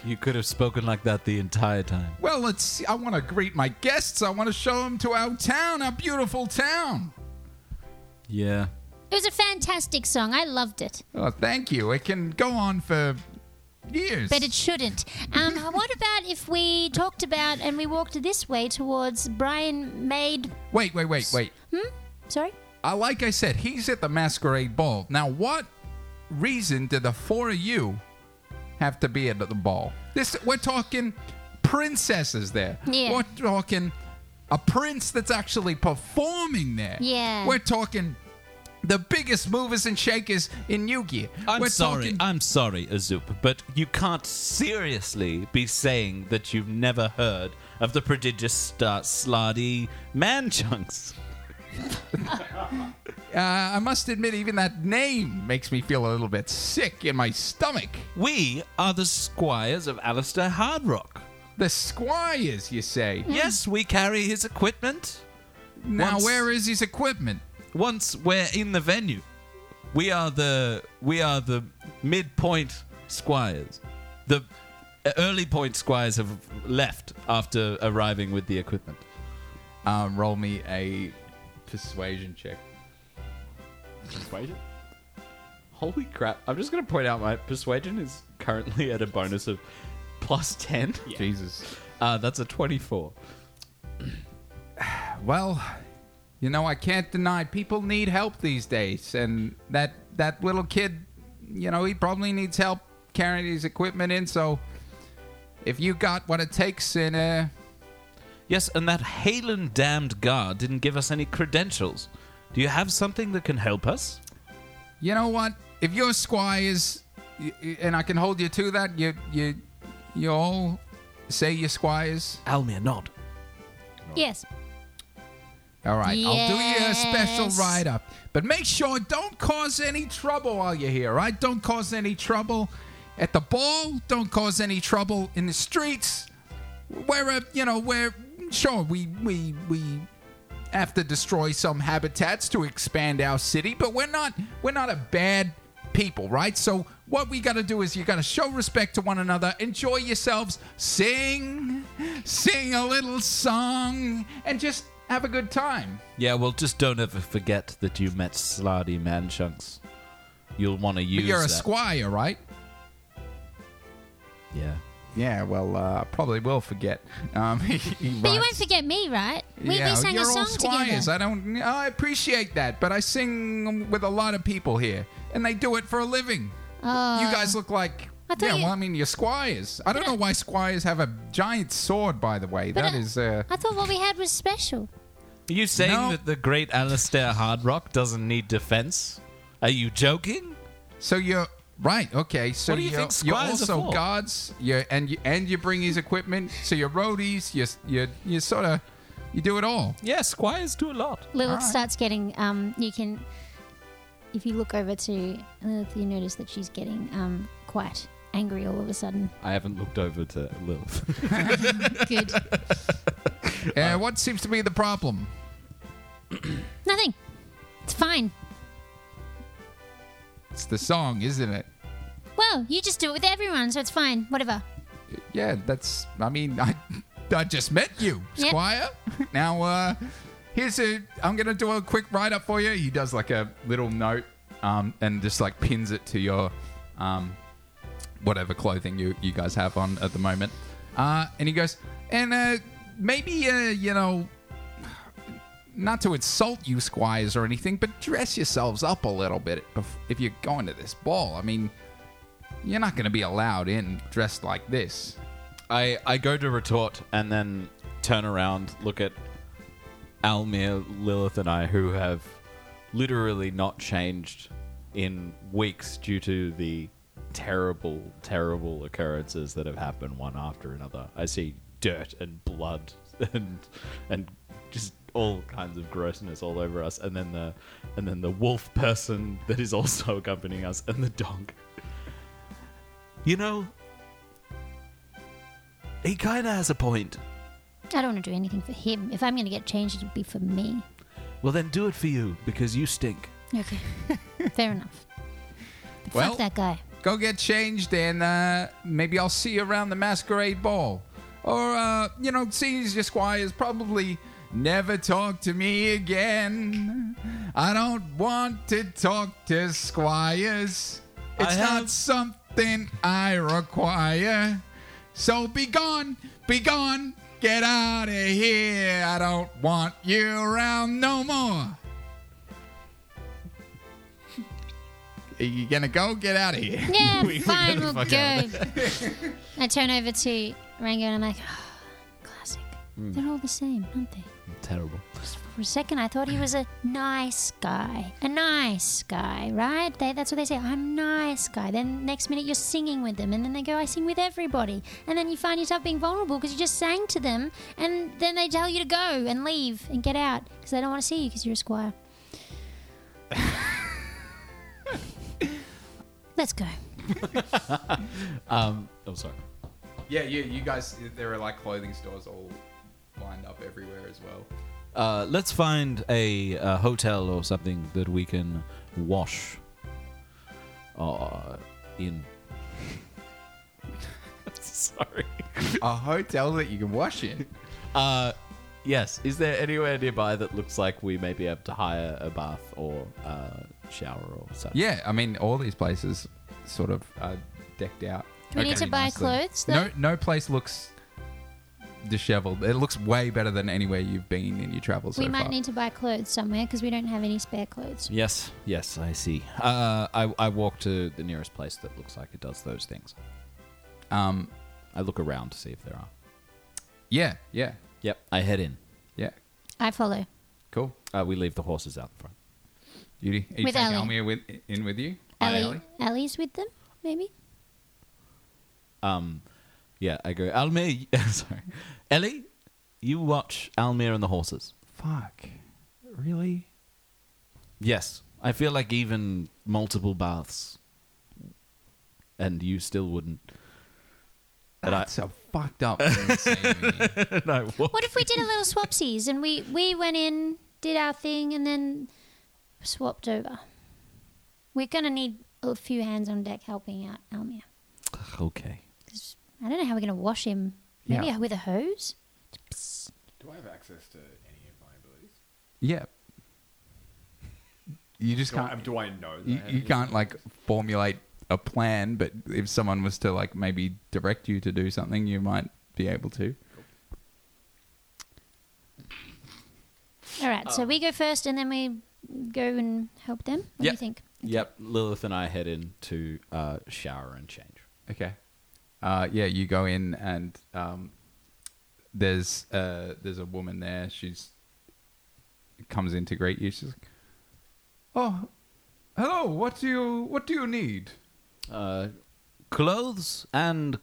Speaker 2: You could have spoken like that the entire time.
Speaker 1: Well, let's. See. I want to greet my guests. I want to show them to our town, our beautiful town.
Speaker 2: Yeah.
Speaker 3: It was a fantastic song. I loved it,
Speaker 1: Oh, thank you. It can go on for years.
Speaker 3: but it shouldn't. Um, what about if we talked about and we walked this way towards Brian Maid?
Speaker 1: wait, wait, wait, wait.
Speaker 3: Sorry.
Speaker 1: uh, like I said, he's at the masquerade ball. Now, what reason did the four of you have to be at the ball? This we're talking princesses there.
Speaker 3: Yeah.
Speaker 1: We're talking a prince that's actually performing there.
Speaker 3: Yeah.
Speaker 1: We're talking the biggest movers and shakers in Yu-Gi.
Speaker 2: I'm
Speaker 1: We're
Speaker 2: sorry.
Speaker 1: talking-
Speaker 2: I'm sorry, Azup, but you can't seriously be saying that you've never heard of the prodigious star slardy man chunks.
Speaker 1: uh, I must admit, even that name makes me feel a little bit sick in my stomach.
Speaker 2: We are the squires of Alistair Hardrock.
Speaker 1: The squires, you say?
Speaker 2: Yes, we carry his equipment.
Speaker 1: Hmm. Now,
Speaker 2: Once-
Speaker 1: where is his equipment?
Speaker 2: Once we're in the venue, we are the we are the midpoint squires. The early point squires have left
Speaker 1: uh,
Speaker 2: after arriving with the equipment.
Speaker 1: Um, roll me a persuasion check.
Speaker 6: Persuasion? Holy crap. I'm just going to point out my persuasion is currently at a bonus of plus 10.
Speaker 4: Jesus.
Speaker 6: Uh, that's a 24.
Speaker 1: Well, you know, I can't deny people need help these days, and that that little kid, you know, he probably needs help carrying his equipment in. So, if you got what it takes, and uh,
Speaker 2: Yes, and that Halen damned guard didn't give us any credentials. Do you have something that can help us?
Speaker 1: you know what, if your squires, y- y- and I can hold you to that, you you you all say your squires.
Speaker 2: Almir, nod.
Speaker 3: Yes.
Speaker 1: All right, I'll do you a special
Speaker 3: Yes.
Speaker 1: write up. But make sure don't cause any trouble while you're here, all right? Don't cause any trouble at the ball. Don't cause any trouble in the streets. Where, uh, you know, where, sure, we, we, we have to destroy some habitats to expand our city, but we're not, we're not a bad people, right? So what we got to do is you got to show respect to one another, enjoy yourselves, sing, sing a little song, and just have a good time.
Speaker 2: Yeah, well, just don't ever forget that you met Slardy Manchunks. You'll want to use
Speaker 1: But you're a
Speaker 2: that.
Speaker 1: squire, right?
Speaker 2: Yeah.
Speaker 1: Yeah, well, uh, probably will forget. Um, he, he
Speaker 3: But you won't
Speaker 1: writes-
Speaker 3: forget me, right? We,
Speaker 1: yeah,
Speaker 3: we sang
Speaker 1: you're
Speaker 3: a
Speaker 1: all
Speaker 3: song
Speaker 1: squires.
Speaker 3: together.
Speaker 1: I don't. I appreciate that, but I sing with a lot of people here, and they do it for a living. you guys look like.
Speaker 3: Oh. I thought
Speaker 1: Yeah,
Speaker 3: you-
Speaker 1: well, I mean, you're squires. I don't
Speaker 3: But I-
Speaker 1: know why squires have a giant sword, by the way.
Speaker 3: But
Speaker 1: That
Speaker 3: I-
Speaker 1: is. Uh,
Speaker 3: I thought what we had was special.
Speaker 2: Are you saying
Speaker 1: No.
Speaker 2: that the great Alistair Hardrock doesn't need defense? Are you joking?
Speaker 1: so you're right. Okay. So
Speaker 2: What do you
Speaker 1: you're,
Speaker 2: think
Speaker 1: you're
Speaker 2: squires are
Speaker 1: also
Speaker 2: for?
Speaker 1: guards. You're, and you and you bring his equipment. So you're roadies. You you you sort of you do it all.
Speaker 2: Yeah, squires do a lot.
Speaker 3: Lilith starts getting. Um, you can, if you look over to Lilith, you notice that she's getting um, quite angry all of a sudden.
Speaker 6: I haven't looked over to Lilith.
Speaker 3: Good.
Speaker 1: Uh, what seems to be the problem?
Speaker 3: Nothing. It's fine.
Speaker 1: It's the song, isn't it?
Speaker 3: Well, you just do it with everyone, so it's fine. Whatever.
Speaker 1: Yeah, that's. I mean, I, I just met you,
Speaker 3: Yeah.
Speaker 1: Squire. Now, uh, here's a. I'm gonna do a quick write up for you. He does like a little note, um, and just like pins it to your, um, whatever clothing you you guys have on at the moment. Uh, and he goes, and uh, maybe uh, you know, not to insult you, squires or anything, but dress yourselves up a little bit bef- if you're going to this ball. I mean. You're not going to be allowed in dressed like this.
Speaker 6: I, I go to retort and then turn around, look at Almir, Lilith, and I, who have literally not changed in weeks due to the terrible, terrible occurrences that have happened one after another. I see dirt and blood and and just all kinds of grossness all over us, and then the and then the wolf person that is also accompanying us, and the dog.
Speaker 2: You know, he kind of has a point.
Speaker 3: I don't want to do anything for him. If I'm going to get changed, it'll be for me.
Speaker 2: Well, then do it for you because you stink.
Speaker 3: Okay. Fair enough. But
Speaker 1: Well-
Speaker 3: fuck that guy.
Speaker 1: Go get changed, and uh, maybe I'll see you around the masquerade ball. Or, uh, you know, seeing as your squire's probably never talk to me again. I don't want to talk to squires. It's
Speaker 2: I
Speaker 1: not
Speaker 2: have-
Speaker 1: something I require. So be gone, be gone, get out of here. I don't want you around no more. Are you gonna go? Get out of here.
Speaker 3: Yeah, fine, we'll go. I turn over to Rango and I'm like, "Oh, classic.
Speaker 1: Hmm.
Speaker 3: They're all the same, aren't they?
Speaker 6: Terrible.
Speaker 3: For a second, I thought he was a nice guy. A nice guy, right? They, that's what they say. I'm nice guy. Then next minute, you're singing with them, and then they go, I sing with everybody. And then you find yourself being vulnerable because you just sang to them, and then they tell you to go and leave and get out because they don't want to see you because you're a squire. Let's go.
Speaker 6: Oh, sorry.
Speaker 1: Yeah, you, you guys, there are like clothing stores all lined up everywhere as well.
Speaker 2: Uh, let's find a, uh hotel or something that we can wash uh, in.
Speaker 6: Sorry.
Speaker 1: A hotel that you can wash in.
Speaker 6: Uh, yes. Is there anywhere nearby that looks like we may be able to hire a bath or uh, shower or such.
Speaker 1: Yeah, I mean, all these places sort of are decked out.
Speaker 3: Do we need
Speaker 1: pretty
Speaker 3: to buy
Speaker 1: nicely.
Speaker 3: clothes, though?
Speaker 1: No, no place looks disheveled. It looks way better than anywhere you've been in your travels.
Speaker 3: we
Speaker 1: so
Speaker 3: might
Speaker 1: far.
Speaker 3: need to buy clothes somewhere because we don't have any spare clothes.
Speaker 6: Yes, yes, I see. Uh, I, I walk to the nearest place that looks like it does those things.
Speaker 1: Um,
Speaker 6: I look around to see if there are.
Speaker 1: yeah, yeah,
Speaker 6: Yep, I head in.
Speaker 1: yeah.
Speaker 3: I follow.
Speaker 1: Cool.
Speaker 6: Uh, we leave the horses out front.
Speaker 1: You, you take
Speaker 3: With Ellie.
Speaker 1: Almir with in with you. Hi,
Speaker 3: Ellie, Ellie's with them, maybe.
Speaker 6: Um, yeah, I go, Almir, sorry. Ellie, you watch Almir and the horses.
Speaker 2: Fuck. Really?
Speaker 6: Yes, I feel like even multiple baths, and you still wouldn't. And I,
Speaker 1: That's so fucked up. and insane.
Speaker 3: What if we did a little swapsies and we we went in, did our thing, and then swapped over? We're gonna need a few hands on deck helping out Almir.
Speaker 6: okay.
Speaker 3: I don't know how we're gonna wash him. Maybe with a hose.
Speaker 1: Yeah. You just can't. Uh, do I know? You, you can't like formulate a plan, but if someone was to like maybe direct you to do something, you might be able to.
Speaker 3: All right, so we go first, and then we go and help them. What do you
Speaker 6: Yep.
Speaker 3: think?
Speaker 6: Yep, Lilith and I head in to uh, shower and change.
Speaker 1: Okay. Uh, yeah, you go in and um, there's uh, there's a woman there. She's comes in to greet you. She's like, "Oh, hello. What do you what do you need?"
Speaker 6: Clothes and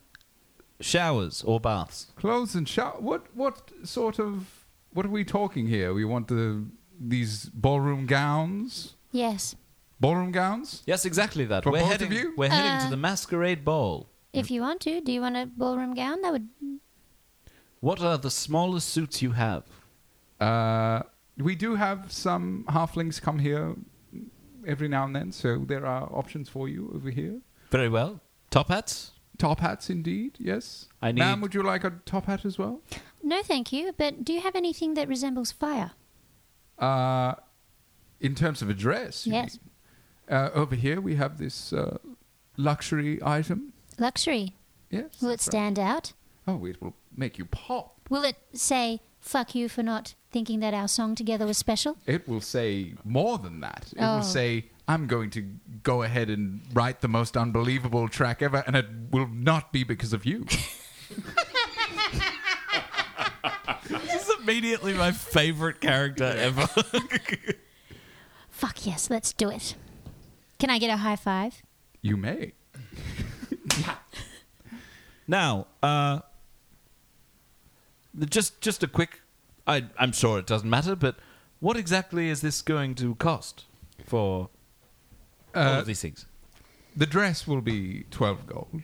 Speaker 6: showers or baths.
Speaker 1: Clothes and shower. What what sort of what are we talking here? We want the these ballroom gowns.
Speaker 3: Yes,
Speaker 1: Ballroom gowns.
Speaker 6: Yes, exactly that.
Speaker 1: For
Speaker 6: we're
Speaker 1: both of
Speaker 6: heading,
Speaker 1: you?
Speaker 6: We're heading
Speaker 3: Uh,
Speaker 6: to the masquerade ball.
Speaker 3: if you want to. Do you want a ballroom gown? That would.
Speaker 6: What are the smallest suits you have?
Speaker 1: Uh, we do have some halflings come here every now and then, so there are options for you over here.
Speaker 6: Very well. Top hats?
Speaker 1: Top hats, indeed. Yes.
Speaker 6: I
Speaker 1: Ma'am,
Speaker 6: need-
Speaker 1: would you like a top hat as well?
Speaker 3: No, thank you. But do you have anything that resembles fire?
Speaker 1: Uh, in terms of a dress. you
Speaker 3: Yes.
Speaker 1: mean. Uh, over here we have this uh, luxury item.
Speaker 3: Luxury.
Speaker 1: Yes.
Speaker 3: Will it
Speaker 1: that's right.
Speaker 3: stand out?
Speaker 1: Oh, it will make you pop.
Speaker 3: Will it say "fuck you" for not thinking that our song together was special?
Speaker 1: It will say more than that. It
Speaker 3: Oh.
Speaker 1: will say, I'm going to go ahead and write the most unbelievable track ever, and it will not be because of you.
Speaker 6: This is immediately my favorite character ever.
Speaker 3: Fuck yes, let's do it. Can I get a high five?
Speaker 1: you may.
Speaker 6: Now, uh, just just a quick. I, I'm sure it doesn't matter, but what exactly is this going to cost for all
Speaker 1: Uh,
Speaker 6: of these things?
Speaker 1: the dress will be 12 gold.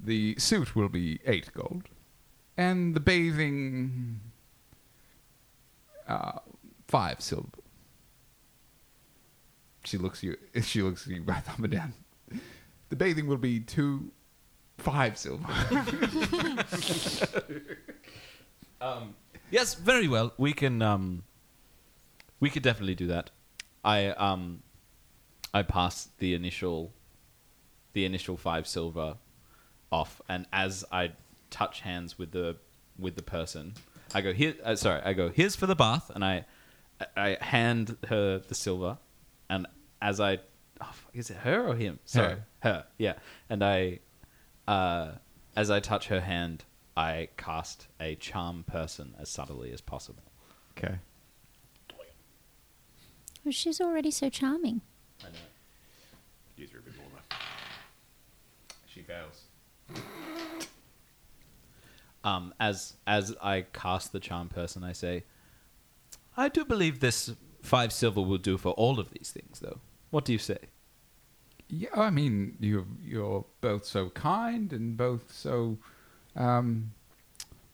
Speaker 1: The suit will be 8 gold. And the bathing, uh, 5 silver. She looks you. She looks you right up and down. The bathing will be two, five silver.
Speaker 6: Yes, very well. We can um, we could definitely do that. I um, I pass the initial, the initial five silver, off, and as I touch hands with the with the person, I go here. Uh, sorry, I go here's for the bath, and I I hand her the silver, and as I oh, fuck, is it her or him? Sorry, her. Yeah, and I uh, as I touch her hand, I cast a charm person as subtly as possible.
Speaker 1: Okay.
Speaker 3: Well, Oh, she's already so charming.
Speaker 4: She fails.
Speaker 6: Um, as as I cast the charm person, I say, I do believe this five silver will do for all of these things, though. What do you say?
Speaker 1: Yeah, I mean, you you're both so kind and both so um,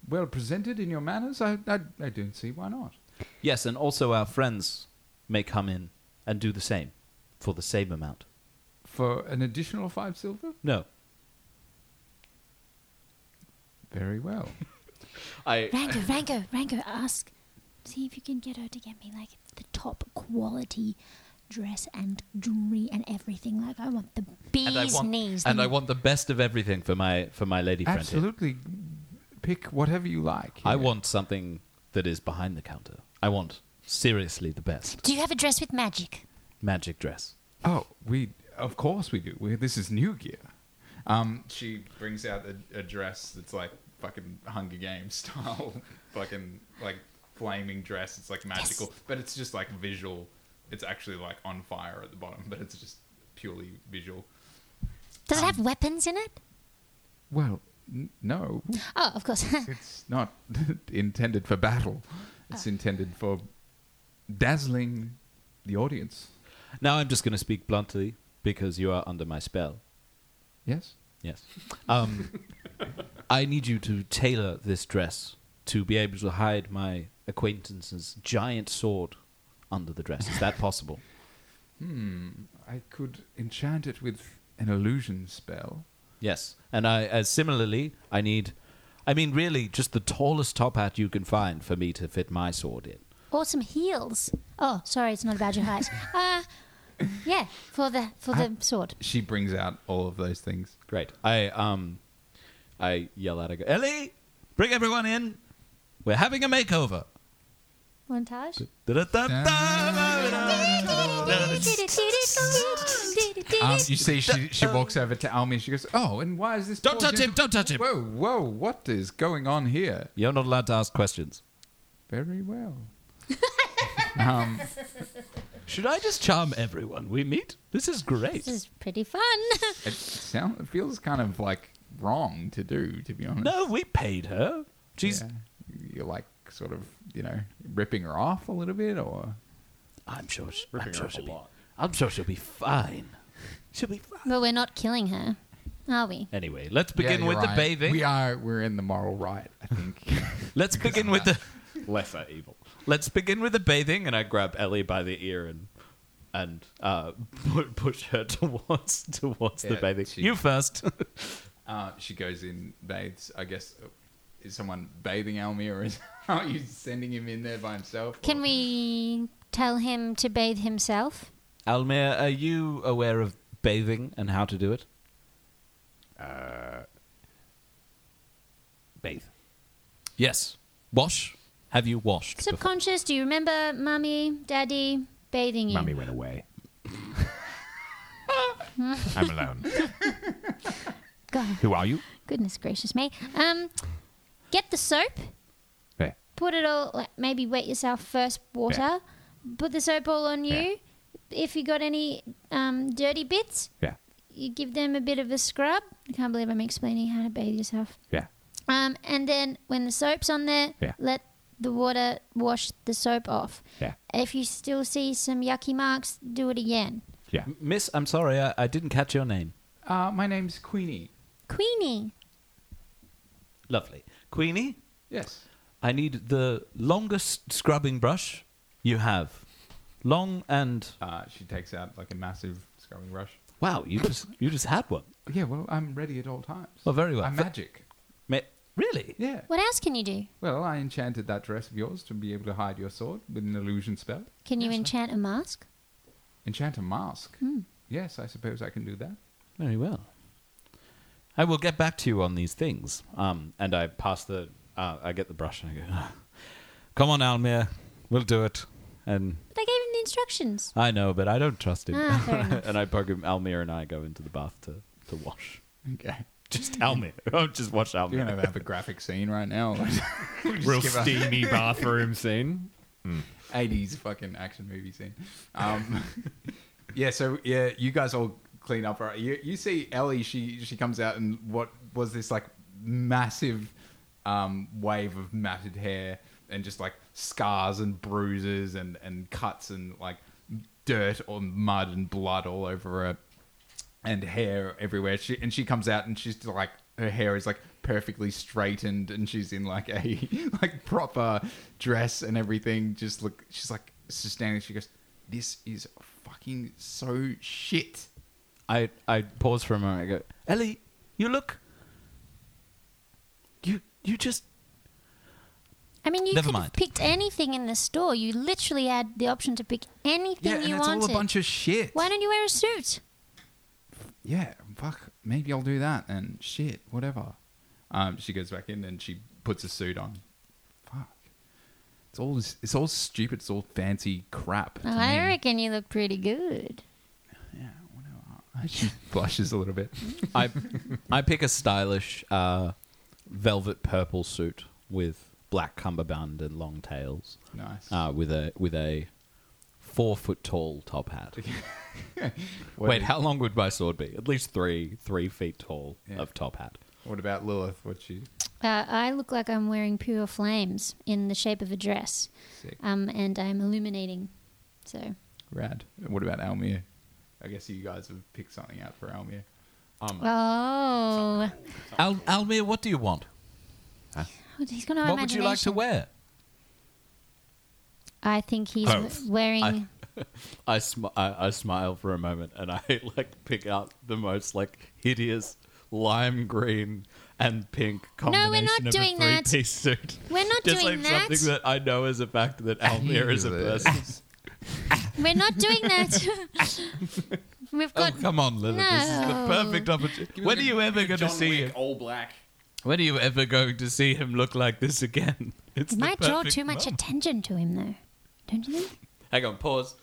Speaker 1: well presented in your manners. I, I I don't see why not.
Speaker 6: Yes, and also our friends may come in and do the same for the same amount.
Speaker 1: For an additional five silver,
Speaker 6: No,
Speaker 1: very well.
Speaker 6: I
Speaker 3: Rango, Rango, Rango, ask. See if you can get her to get me like the top quality dress and jewelry and everything. Like I want the bee's
Speaker 6: and I want,
Speaker 3: knees.
Speaker 6: and
Speaker 3: the-
Speaker 6: I want the best of everything for my for my lady friend. here.
Speaker 1: Absolutely. Pick whatever you like.
Speaker 6: I want something that is behind the counter. I want seriously the best
Speaker 3: Do you have a dress with magic?
Speaker 6: magic dress.
Speaker 1: Oh, we of course we do. We, this is new gear. Um, she brings out a, a dress that's like fucking Hunger Games style, fucking like flaming dress. It's like magical, but it's just like visual. It's actually like on fire at the bottom, but it's just purely visual.
Speaker 3: Does it have weapons in it?
Speaker 1: Well, n- no,
Speaker 3: Oh, of course.
Speaker 1: it's not intended for battle. It's intended for dazzling the audience.
Speaker 6: Now I'm just going to speak bluntly because you are under my spell.
Speaker 1: Yes.
Speaker 6: Yes. Um, I need you to tailor this dress to be able to hide my acquaintance's giant sword under the dress. Is that possible?
Speaker 1: I could enchant it with an illusion spell.
Speaker 6: Yes, and I uh, similarly, I need, I mean, really, just the tallest top hat you can find for me to fit my sword in.
Speaker 3: or some heels. Oh, sorry, it's not about your height. Uh, yeah, for the for the sword.
Speaker 1: She brings out all of those things.
Speaker 6: Great. I um, I yell out. I go, Ellie, bring everyone in. We're having a makeover.
Speaker 3: Montage.
Speaker 1: Um, you see, she, she walks over to Almi and she goes, Oh, and why is this.
Speaker 6: Don't
Speaker 1: poor
Speaker 6: touch him!
Speaker 1: gentle-
Speaker 6: Don't touch him!
Speaker 1: Whoa, whoa, what is going on here?
Speaker 6: You're not allowed to ask questions.
Speaker 1: Very well.
Speaker 6: Should I just charm everyone we meet? This is great.
Speaker 3: This is pretty fun.
Speaker 1: It, sound, it feels kind of like wrong to do, to be honest.
Speaker 6: No, we paid her. She's.
Speaker 1: Yeah. You're like sort of, you know, ripping her off a little bit or.
Speaker 6: I'm sure. She, I'm sure she'll be. I'm sure she'll be fine. She'll be fine.
Speaker 3: but we're not killing her, are we?
Speaker 6: Anyway, let's
Speaker 1: Yeah,
Speaker 6: begin
Speaker 1: you're
Speaker 6: with the
Speaker 1: right.
Speaker 6: bathing.
Speaker 1: We are, we're in the moral right, I think.
Speaker 6: Let's begin with the
Speaker 4: Lesser evil.
Speaker 6: let's begin with the bathing, and I grab Ellie by the ear and and uh, pu- push her towards towards the
Speaker 1: Yeah,
Speaker 6: bathing.
Speaker 1: she-
Speaker 6: You first.
Speaker 1: Uh, she goes in, bathes. I guess uh, is someone bathing Almir, or is, are you sending him in there by himself?
Speaker 3: Can we tell him to bathe himself?
Speaker 6: Almir, are you aware of bathing and how to do it?
Speaker 2: Bathe.
Speaker 6: Yes. Wash. Have you washed? before?
Speaker 3: Subconscious, do you remember mummy, daddy bathing you?
Speaker 5: Mummy went away.
Speaker 10: I'm alone.
Speaker 3: God,
Speaker 5: Who are you?
Speaker 3: goodness gracious me. Um, get the soap.
Speaker 5: Yeah.
Speaker 3: Put it all. Like, maybe wet yourself first. Water. Put the soap all on you. If you got any um, dirty bits,
Speaker 5: Yeah.
Speaker 3: you give them a bit of a scrub. I can't believe I'm explaining how to bathe yourself.
Speaker 5: Yeah.
Speaker 3: Um, and then when the soap's on there,
Speaker 5: Yeah.
Speaker 3: let the water wash the soap off.
Speaker 5: Yeah.
Speaker 3: If you still see some yucky marks, do it again.
Speaker 5: Yeah.
Speaker 6: Miss, I'm sorry, I, I didn't catch your name.
Speaker 1: Uh, my name's Queenie.
Speaker 3: Queenie.
Speaker 6: Lovely, Queenie.
Speaker 1: Yes.
Speaker 6: I need the longest scrubbing brush you have. Long and
Speaker 1: Uh, she takes out like a massive scrubbing brush.
Speaker 6: wow, you just you just had one.
Speaker 1: Yeah, well, I'm ready at all times.
Speaker 6: Well, very well.
Speaker 1: I'm
Speaker 6: Fa-
Speaker 1: magic.
Speaker 6: Ma- really?
Speaker 1: Yeah.
Speaker 3: What else can you do?
Speaker 1: Well, I enchanted that dress of yours to be able to hide your sword with an illusion spell.
Speaker 3: Can you enchant a mask?
Speaker 1: Enchant a mask. Yes, I suppose I can do that.
Speaker 6: Very well. I will get back to you on these things. Um, and I pass the, uh, I get the brush and I go, "Ah, come on, Almir, we'll do it. And
Speaker 3: But I gave him the instructions.
Speaker 6: I know, but I don't trust him.
Speaker 3: Ah, fair enough.
Speaker 6: and I poke him. Almir and I go into the bath to, to wash.
Speaker 1: Okay.
Speaker 6: Just Almir. Oh, just wash Almir.
Speaker 1: You're gonna have a graphic scene right now. We just
Speaker 10: Real
Speaker 1: give a-
Speaker 10: steamy bathroom scene.
Speaker 1: 80s fucking action movie scene. Um, yeah, so yeah, you guys all clean up. Right? You, you see Ellie, she she comes out and what was this like massive um, wave of matted hair and just like scars and bruises and, and cuts and like dirt or mud and blood all over her and hair everywhere. She and she comes out and she's just like her hair is like perfectly straightened and she's in like a like proper dress and everything. Just look, she's like just standing. She goes, "This is fucking so shit."
Speaker 6: I, I pause for a moment. I go, Ellie, you look. You you just.
Speaker 3: I mean, you
Speaker 2: Never
Speaker 3: could
Speaker 2: mind.
Speaker 3: have picked anything in the store. You literally had the option to pick anything
Speaker 1: Yeah, and
Speaker 3: you
Speaker 1: it's
Speaker 3: wanted.
Speaker 1: all a bunch of shit.
Speaker 3: Why don't you wear a suit?
Speaker 1: yeah, fuck, maybe I'll do that and shit, whatever. Um, she goes back in and she puts a suit on. Fuck, it's all it's all stupid. It's all fancy crap. to
Speaker 3: Oh, I
Speaker 1: me.
Speaker 3: reckon you look pretty good.
Speaker 1: She blushes a little bit.
Speaker 6: I I pick a stylish uh, velvet purple suit with black cummerbund and long tails,
Speaker 1: Nice.
Speaker 6: uh, with a with a four foot tall top hat.
Speaker 1: What-
Speaker 6: Wait, how long would my sword be? At least three three feet tall
Speaker 1: Yeah.
Speaker 6: of top hat.
Speaker 1: What about Lilith? What she?
Speaker 3: Uh, I look like I'm wearing pure flames in the shape of a dress,
Speaker 1: Sick.
Speaker 3: um, and I'm illuminating. So
Speaker 1: Rad. What about Almir? I guess you guys have picked something out for Almir.
Speaker 2: Um,
Speaker 3: Oh,
Speaker 2: Al- Almir, what do you want?
Speaker 3: he's gonna.
Speaker 2: what would you like to wear?
Speaker 6: Oh,
Speaker 3: I think he's
Speaker 2: Oh,
Speaker 6: Clothes.
Speaker 3: wearing.
Speaker 6: I- I, sm- I, I smile for a moment and I like pick out the most like hideous lime green and pink combination
Speaker 3: No, we're not
Speaker 6: of
Speaker 3: doing
Speaker 6: a three
Speaker 3: that.
Speaker 6: piece suit.
Speaker 3: We're not
Speaker 6: Just
Speaker 3: doing
Speaker 6: like
Speaker 3: that.
Speaker 6: something that I know is a fact that Almir is a
Speaker 1: Jesus.
Speaker 6: person.
Speaker 3: We're not doing that. We've got.
Speaker 2: Come on, Lilith. This is the
Speaker 3: No.
Speaker 2: perfect opportunity. When are you ever going to see him?
Speaker 4: all black.
Speaker 2: When are you ever going to see him look like this again? It's
Speaker 3: it
Speaker 2: the
Speaker 3: might draw
Speaker 2: perfect
Speaker 3: too much
Speaker 2: moment.
Speaker 3: attention to him, though. Don't you think?
Speaker 6: Hang on, pause.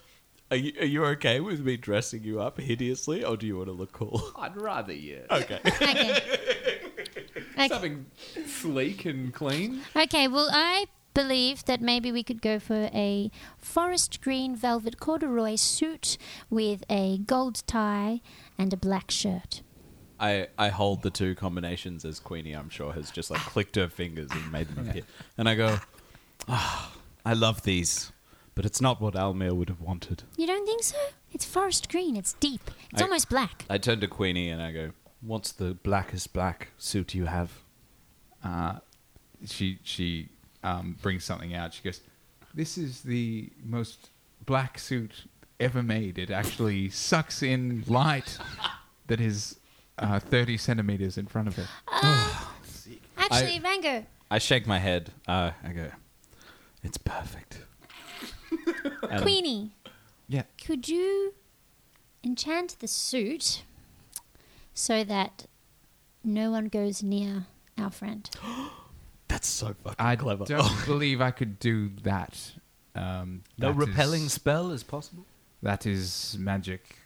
Speaker 6: Are you, are you okay with me dressing you up hideously, or do you want to look cool?
Speaker 4: I'd rather you.
Speaker 6: Okay.
Speaker 3: Okay. okay.
Speaker 4: Something sleek and clean.
Speaker 3: okay. Well, I believe that maybe we could go for a forest green velvet corduroy suit with a gold tie and a black shirt.
Speaker 6: I, I hold the two combinations as Queenie, I'm sure, has just like clicked her fingers and made them appear. And I go, "Ah, I love these, but it's not what Almir would have wanted.
Speaker 3: You don't think so? It's forest green. It's deep. It's
Speaker 6: I-
Speaker 3: almost black.
Speaker 6: I turn to Queenie and I go, What's the blackest black suit you have? Uh,
Speaker 1: She she um, brings something out. She goes, "This is the most black suit ever made. It actually sucks in light that is uh, thirty centimeters in front of it."
Speaker 3: Actually, Rango,
Speaker 6: I shake my head. Uh, I go, It's perfect. And-
Speaker 3: Queenie.
Speaker 1: Yeah.
Speaker 3: Could you enchant the suit so that no one goes near our friend?
Speaker 6: That's so fucking
Speaker 1: I
Speaker 6: clever.
Speaker 1: don't believe I could do that. Um,
Speaker 2: No
Speaker 1: that is-
Speaker 2: repelling spell is possible.
Speaker 1: that is magic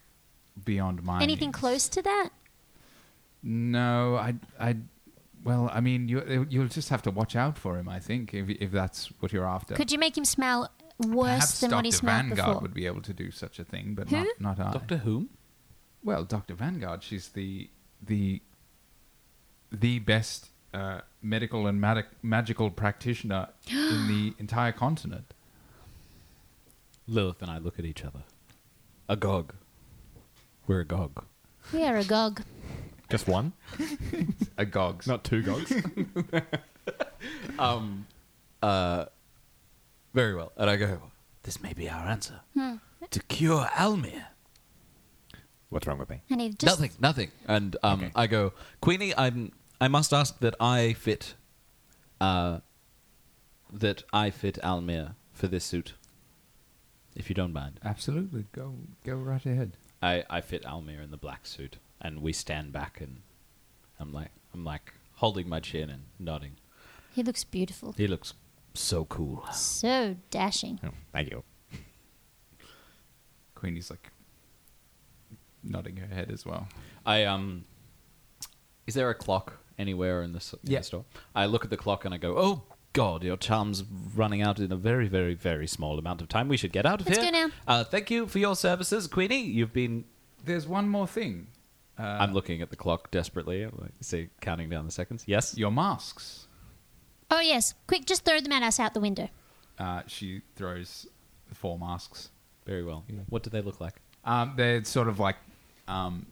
Speaker 1: beyond my
Speaker 3: Anything
Speaker 1: means.
Speaker 3: close to that?
Speaker 1: No, I, I, well, I mean, you, you'll just have to watch out for him. I think if if that's what you're after.
Speaker 3: Could you make him smell worse
Speaker 1: Perhaps
Speaker 3: than
Speaker 1: Dr.
Speaker 3: what he smelled
Speaker 1: Vanguard
Speaker 3: before?
Speaker 1: would be able to do such a thing, but
Speaker 3: Who?
Speaker 1: not not I.
Speaker 6: Doctor whom?
Speaker 1: Well, Doctor Vanguard, she's the the the best uh, medical and mag- magical practitioner in the entire continent.
Speaker 6: Lilith and I look at each other. Agog. We're agog.
Speaker 3: We are agog.
Speaker 10: Just one?
Speaker 1: A gogs.
Speaker 10: Not two gogs?
Speaker 6: Very well. And I go, This may be our answer. To cure Almir.
Speaker 5: What's wrong with me?
Speaker 3: And he just
Speaker 6: nothing, nothing. And um, I go, Queenie, I'm. I must ask that I fit, uh, that I fit Almir for this suit, if you don't mind.
Speaker 1: Absolutely, go go right ahead.
Speaker 6: I, I fit Almir in the black suit, and we stand back, and I'm like, I'm like holding my chin and nodding.
Speaker 3: he looks beautiful.
Speaker 6: He looks so cool.
Speaker 3: So dashing.
Speaker 5: Oh, thank you.
Speaker 1: Queenie's like nodding her head as well.
Speaker 6: I um, is there a clock anywhere in the, s- in the
Speaker 1: Yeah.
Speaker 6: store? I look at the clock and I go, oh. God, your charm's running out in a very, very, very small amount of time. We should get out of
Speaker 3: Let's
Speaker 6: here.
Speaker 3: go now.
Speaker 6: Uh, thank you for your services, Queenie. You've been.
Speaker 1: There's one more thing.
Speaker 6: I'm looking at the clock desperately. I'm like, see, counting down the seconds. Yes.
Speaker 1: Your masks.
Speaker 3: Oh yes, quick, just throw them at us out the window.
Speaker 1: Uh, she throws four masks.
Speaker 6: Very well. What do they look like?
Speaker 1: Um, they're sort of like, um,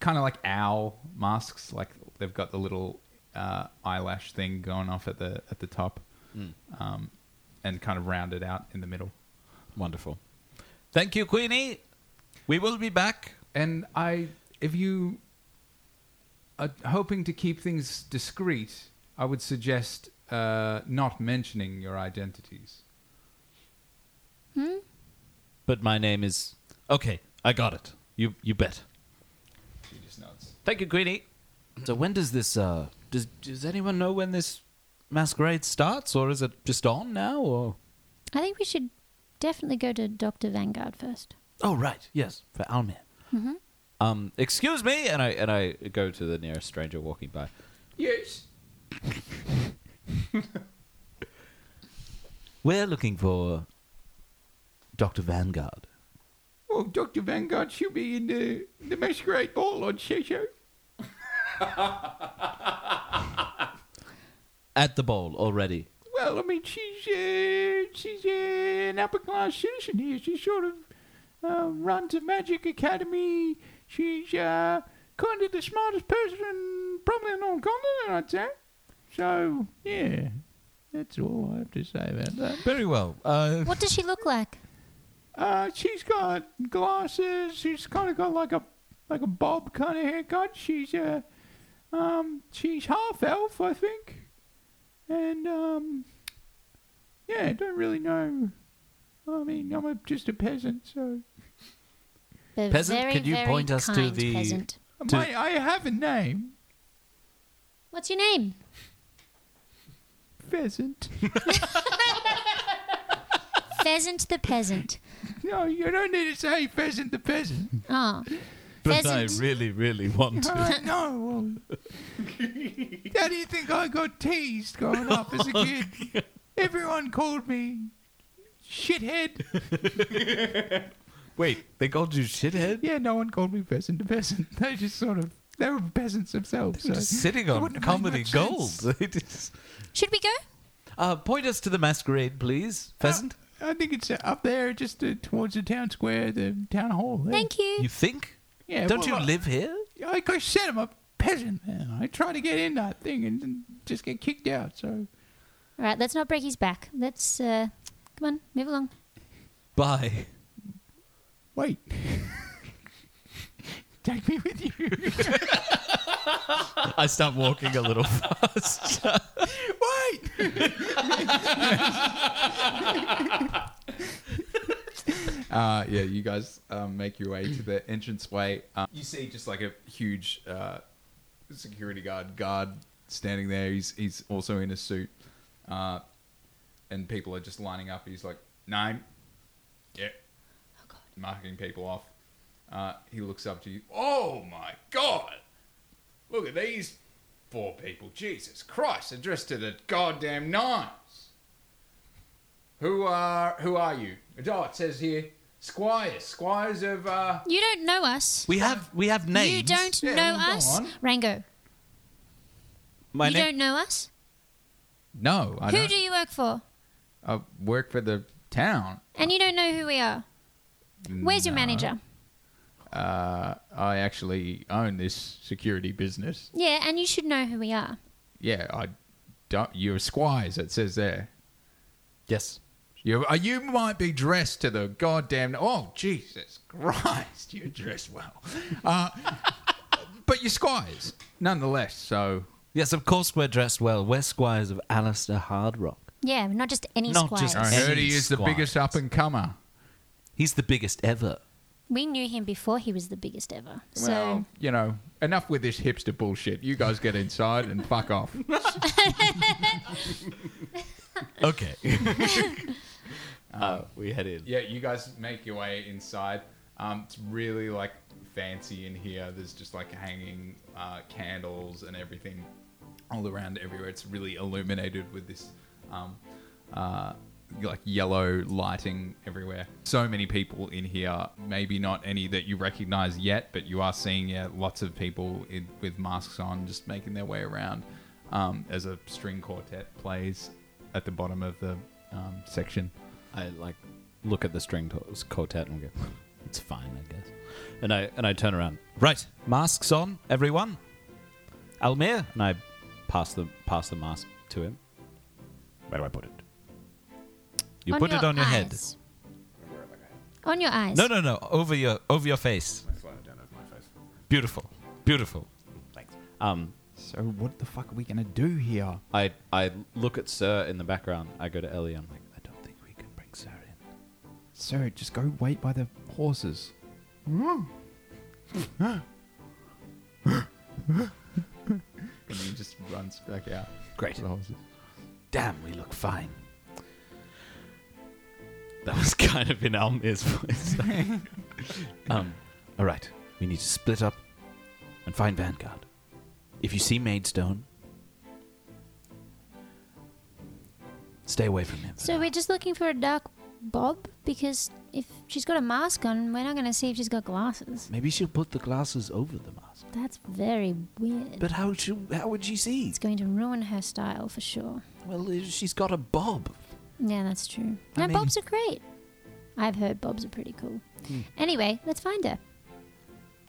Speaker 1: kind of like owl masks. Like they've got the little uh, eyelash thing going off at the at the top,
Speaker 6: Hmm.
Speaker 1: um, and kind of rounded out in the middle.
Speaker 6: Wonderful. Thank you, Queenie. We will be back.
Speaker 1: And I, if you are hoping to keep things discreet, I would suggest uh, not mentioning your identities.
Speaker 6: But my name is. Okay, I got it. You you bet.
Speaker 1: She just nods.
Speaker 6: Thank you, Queenie. So when does this? Uh, does does anyone know when this masquerade starts, or is it just on now? Or
Speaker 3: I think we should definitely go to Dr. Vanguard first.
Speaker 6: oh, right, yes, for Almir. Um, excuse me, and I and I go to the nearest stranger walking by.
Speaker 1: Yes.
Speaker 6: We're looking for Doctor Vanguard.
Speaker 1: Well, Dr. Vanguard, she'll be in the, the masquerade ball on Shesho.
Speaker 6: At the bowl already.
Speaker 1: Well, I mean, she's uh, she's uh, an upper class citizen here. She sort of uh, runs a magic academy. She's uh, kind of the smartest person probably on all continent, I'd say. So yeah, that's all I have to say about that.
Speaker 2: Very well. Uh,
Speaker 3: What does she look like?
Speaker 1: Uh, she's got glasses. She's kind of got like a like a bob kind of haircut. She's uh, um, she's half elf, I think, and um, yeah, I don't really know. I mean, I'm a, just a peasant, so
Speaker 3: The
Speaker 6: Peasant,
Speaker 3: very,
Speaker 6: could you
Speaker 3: very
Speaker 6: point us to
Speaker 3: kind
Speaker 6: the-
Speaker 3: peasant.
Speaker 2: To-
Speaker 1: my, I have a name,
Speaker 3: What's your name?
Speaker 1: pheasant.
Speaker 3: Pheasant the peasant.
Speaker 1: no, you don't need to say pheasant the peasant.
Speaker 3: Oh. Pheasant.
Speaker 6: really, really want
Speaker 1: Uh, no, well, how do you think I got teased growing up as a
Speaker 2: Oh,
Speaker 1: kid? Everyone called me shithead.
Speaker 2: wait, they called you shithead?
Speaker 1: Yeah, no one called me peasant to peasant. They just sort of they were peasants themselves. So.
Speaker 2: Just sitting
Speaker 1: It
Speaker 2: on
Speaker 1: wouldn't have made
Speaker 2: comedy
Speaker 1: much
Speaker 2: gold.
Speaker 1: sense.
Speaker 2: They just-
Speaker 3: Should we go?
Speaker 2: uh, point us to the masquerade, please, pheasant.
Speaker 1: I think it's uh, up there, just uh, towards the town square, the town hall. There.
Speaker 3: Thank you.
Speaker 2: You think?
Speaker 1: Yeah,
Speaker 2: Don't
Speaker 1: well,
Speaker 2: you
Speaker 1: I-
Speaker 2: live here?
Speaker 1: Like I said, I'm a peasant. Man. I try to get in that thing and, and just get kicked out. So
Speaker 3: All right, let's not break his back. Let's, uh, come on, move along.
Speaker 2: Bye.
Speaker 1: wait, take me with you.
Speaker 2: I start walking a little.
Speaker 1: wait. uh, yeah, you guys um, make your way to the entranceway. Um, you see just like a huge uh, security guard guard standing there. He's he's also in a suit, uh, and people are just lining up. He's like name, yeah, marking people off. Uh, he looks up to you. Oh my god! Look at these poor people. Jesus Christ! They're dressed to the goddamn nines. Who are who are you? Oh, it says here squires, squires of. Uh,
Speaker 3: You don't know us.
Speaker 2: we have we have names.
Speaker 3: You don't
Speaker 1: Yeah,
Speaker 3: know
Speaker 1: well, go
Speaker 3: us.
Speaker 1: on.
Speaker 3: Rango,
Speaker 2: My
Speaker 3: you
Speaker 2: name.
Speaker 3: don't know us?
Speaker 1: no, I
Speaker 3: who
Speaker 1: don't.
Speaker 3: do you work for?
Speaker 1: I work for the town.
Speaker 3: And you don't know who we are? Where's your manager?
Speaker 1: Uh, I actually own this security business.
Speaker 3: Yeah, and you should know who we are.
Speaker 1: Yeah, I don't. You're squires. It says there.
Speaker 2: Yes.
Speaker 1: You uh, you might be dressed to the goddamn. Oh Jesus Christ! You're dressed well, uh, but you're squires nonetheless. So
Speaker 2: Yes, of course we're dressed well. We're squires of Alistair Hardrock.
Speaker 3: Yeah, not just any
Speaker 2: Not
Speaker 3: squire.
Speaker 2: just
Speaker 1: I
Speaker 2: Any
Speaker 1: heard he is the
Speaker 2: squires.
Speaker 1: biggest up and comer.
Speaker 2: He's the biggest ever.
Speaker 3: We knew him before he was the biggest ever. So
Speaker 1: Well, you know, enough with this hipster bullshit. You guys get inside and fuck off.
Speaker 2: Okay.
Speaker 6: Uh, we head in.
Speaker 1: Yeah, you guys make your way inside. Um, it's really like fancy in here. There's just like hanging uh, candles and everything all around everywhere. It's really illuminated with this um, uh, like yellow lighting everywhere. So many people in here. Maybe not any that you recognize yet, but you are seeing yeah, lots of people in, with masks on, just making their way around um, as a string quartet plays at the bottom of the um, section.
Speaker 6: I like look at the string to- quartet and go, "It's fine, I guess." And I and I turn around. Right, masks on, everyone. Almir and I pass the pass the mask to him.
Speaker 5: Where do I put it?
Speaker 2: You put it on your head.
Speaker 3: eyes. On your eyes.
Speaker 2: No, no, no. Over your over your face. Beautiful, beautiful.
Speaker 6: Um,
Speaker 10: So what the fuck are we gonna do here?
Speaker 6: I I look at Sir in the background. I go to Ellie. I'm like, I don't think we can bring Sir in.
Speaker 10: Sir, just go wait by the horses.
Speaker 1: And he just runs back out.
Speaker 6: Great. Damn, we look fine. That was kind of in Almir's voice. um, all right, we need to split up and find Vanguard. If you see Maidstone, stay away from him. for
Speaker 3: So
Speaker 6: now.
Speaker 3: we're just looking for a dark bob because if she's got a mask on, we're not going to see if she's got glasses.
Speaker 2: Maybe she'll put the glasses over the mask.
Speaker 3: That's very weird.
Speaker 2: But how she, how would she see?
Speaker 3: it's going to ruin her style for sure.
Speaker 2: Well, uh, she's got a bob.
Speaker 3: Yeah, that's true.
Speaker 2: I
Speaker 3: No,
Speaker 2: mean-
Speaker 3: bobs are great. I've heard bobs are pretty cool.
Speaker 2: Hmm.
Speaker 3: Anyway, let's find her.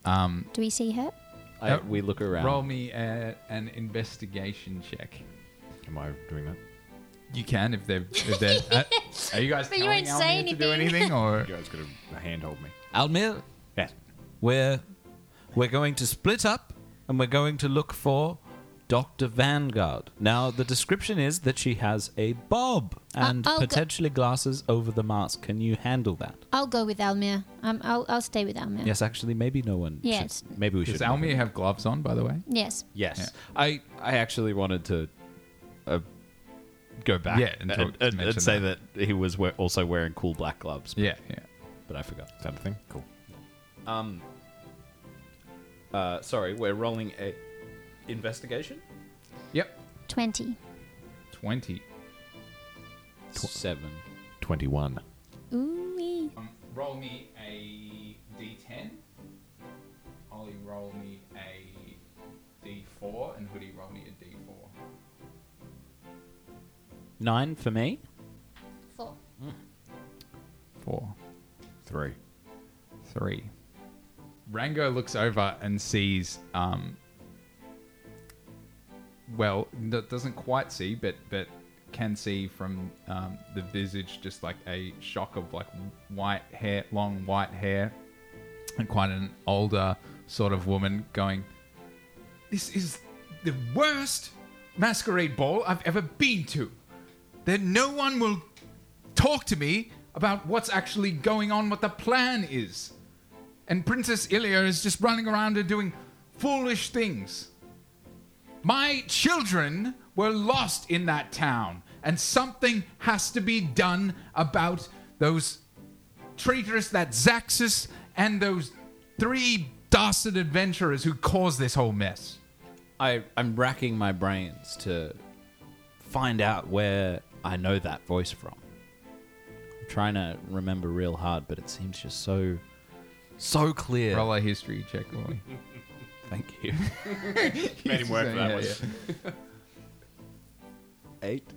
Speaker 1: Um,
Speaker 3: Do we see her?
Speaker 6: I, we look around.
Speaker 1: Roll me uh an investigation check.
Speaker 5: Am I doing that?
Speaker 1: You can if they're. If they're uh, are you guys
Speaker 3: But you
Speaker 1: telling
Speaker 3: won't say
Speaker 1: Almir to do
Speaker 3: anything.
Speaker 1: anything or?
Speaker 5: You guys got to handhold me.
Speaker 2: Almir,
Speaker 5: Yes.
Speaker 2: we're we're going to split up and we're going to look for Dr. Vanguard. Now, the description is that she has a bob and
Speaker 3: Uh, I'll go-
Speaker 2: potentially glasses over the mask. Can you handle that?
Speaker 3: I'll go with Almir. Um, I'll, I'll stay with Almir.
Speaker 2: Yes, actually, maybe no one. should-
Speaker 3: Yes.
Speaker 2: maybe we should.
Speaker 1: Does Almir have gloves on, by the way?
Speaker 3: Yes.
Speaker 6: Yes, I I actually wanted to uh, go back.
Speaker 1: Yeah, and
Speaker 6: and,
Speaker 1: talk-
Speaker 6: and-
Speaker 1: mention
Speaker 6: and say that, he was we- also wearing cool black gloves.
Speaker 1: Yeah, yeah.
Speaker 6: but I forgot.
Speaker 5: Is that a thing? Cool.
Speaker 6: Um, uh, sorry, we're rolling a investigation.
Speaker 1: Yep.
Speaker 3: 20.
Speaker 1: 20.
Speaker 6: Seven.
Speaker 5: 21.
Speaker 3: Ooh.
Speaker 1: Um, roll me a d10. Ollie, roll me a d4. And Hoodie, roll me a d4.
Speaker 2: Nine for me.
Speaker 3: Four.
Speaker 2: Um,
Speaker 1: 4.
Speaker 5: 3.
Speaker 1: 3. Rango looks over and sees. Um, well, n- doesn't quite see, but but can see from um, the visage just like a shock of like white hair, long white hair, and quite an older sort of woman going. This is the worst masquerade ball I've ever been to. That no one will talk to me about what's actually going on, what the plan is. And Princess Ilya is just running around and doing foolish things. My children were lost in that town, and something has to be done about those traitorous, that Zaxus, and those three dastard adventurers who caused this whole mess.
Speaker 6: I I'm racking my brains to find out where I know that voice from. I'm trying to remember real hard, but it seems just so so clear.
Speaker 1: Roll a history check, Ollie.
Speaker 6: Thank you.
Speaker 1: Made him work for that one.
Speaker 6: Eight.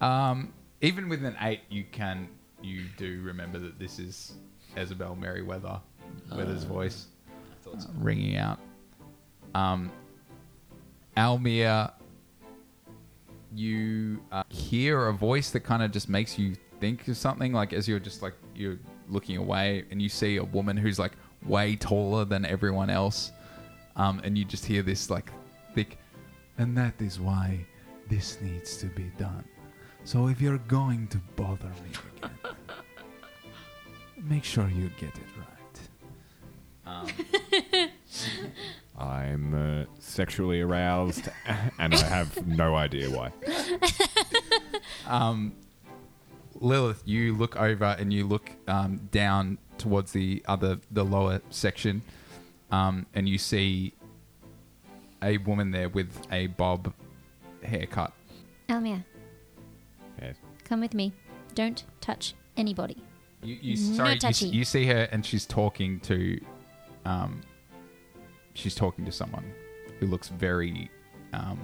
Speaker 1: Um, even with an eight, you can you do remember that this is Isabel Merriweather, Weather's voice uh, ringing out. Um, Almir, you uh, hear a voice that kind of just makes you think of something. Like as you're just like you're looking away, and you see a woman who's like way taller than everyone else, um, and you just hear this like thick, and that is why this needs to be done. So if you're going to bother me again, make sure you get it right.
Speaker 5: I'm uh, sexually aroused and I have no idea why.
Speaker 1: Lilith, you look over and you look um, down towards the other, the lower section, um, and you see a woman there with a bob haircut.
Speaker 3: Almir,
Speaker 5: Yes.
Speaker 3: come with me. Don't touch anybody.
Speaker 1: You, you
Speaker 3: Mm-hmm. No
Speaker 1: sorry, you s-
Speaker 3: touchy.
Speaker 1: you, see her and she's talking to, um, she's talking to someone who looks very, um,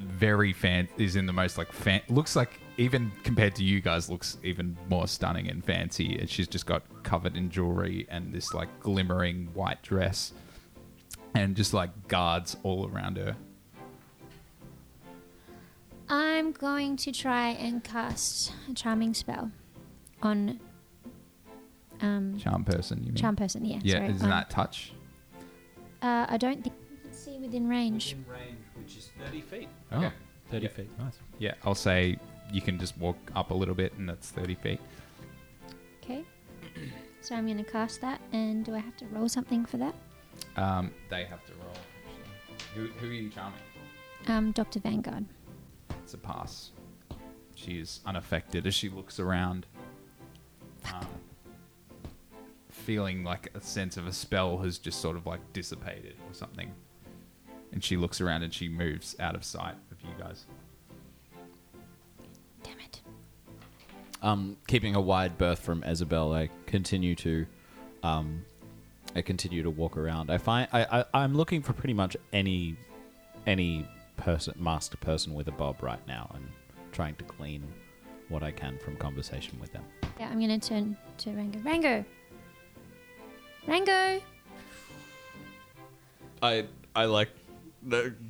Speaker 1: very fan is in the most like fan looks like even compared to you guys looks even more stunning and fancy and she's just got covered in jewelry and this like glimmering white dress and just like guards all around her
Speaker 3: I'm going to try and cast a charming spell on um
Speaker 1: charm person you mean
Speaker 3: Mm-hmm. charm person. Yeah,
Speaker 1: yeah
Speaker 3: sorry.
Speaker 1: isn't
Speaker 3: on-
Speaker 1: that touch
Speaker 3: Uh, I don't think see within range.
Speaker 11: range, which is 30 feet.
Speaker 1: Oh.
Speaker 11: 30 feet. Nice.
Speaker 1: Yeah, I'll say you can just walk up a little bit and that's 30 feet.
Speaker 3: Okay. So I'm going to cast that, and do I have to roll something for that?
Speaker 1: Um, they have to roll. actually. Who, who are you charming?
Speaker 3: Um, Dr. Vanguard.
Speaker 1: It's a pass. She is unaffected as she looks around, um, feeling like a sense of a spell has just sort of like dissipated or something. And she looks around and she moves out of sight of you guys.
Speaker 3: Damn it.
Speaker 6: um, keeping a wide berth from Isabel, I continue to, um, I continue to walk around. I find I, I I'm looking for pretty much any, any person, master person with a bob right now, and trying to glean what I can from conversation with them.
Speaker 3: Yeah, I'm going to turn to Rango. Rango! Rango!
Speaker 6: I I like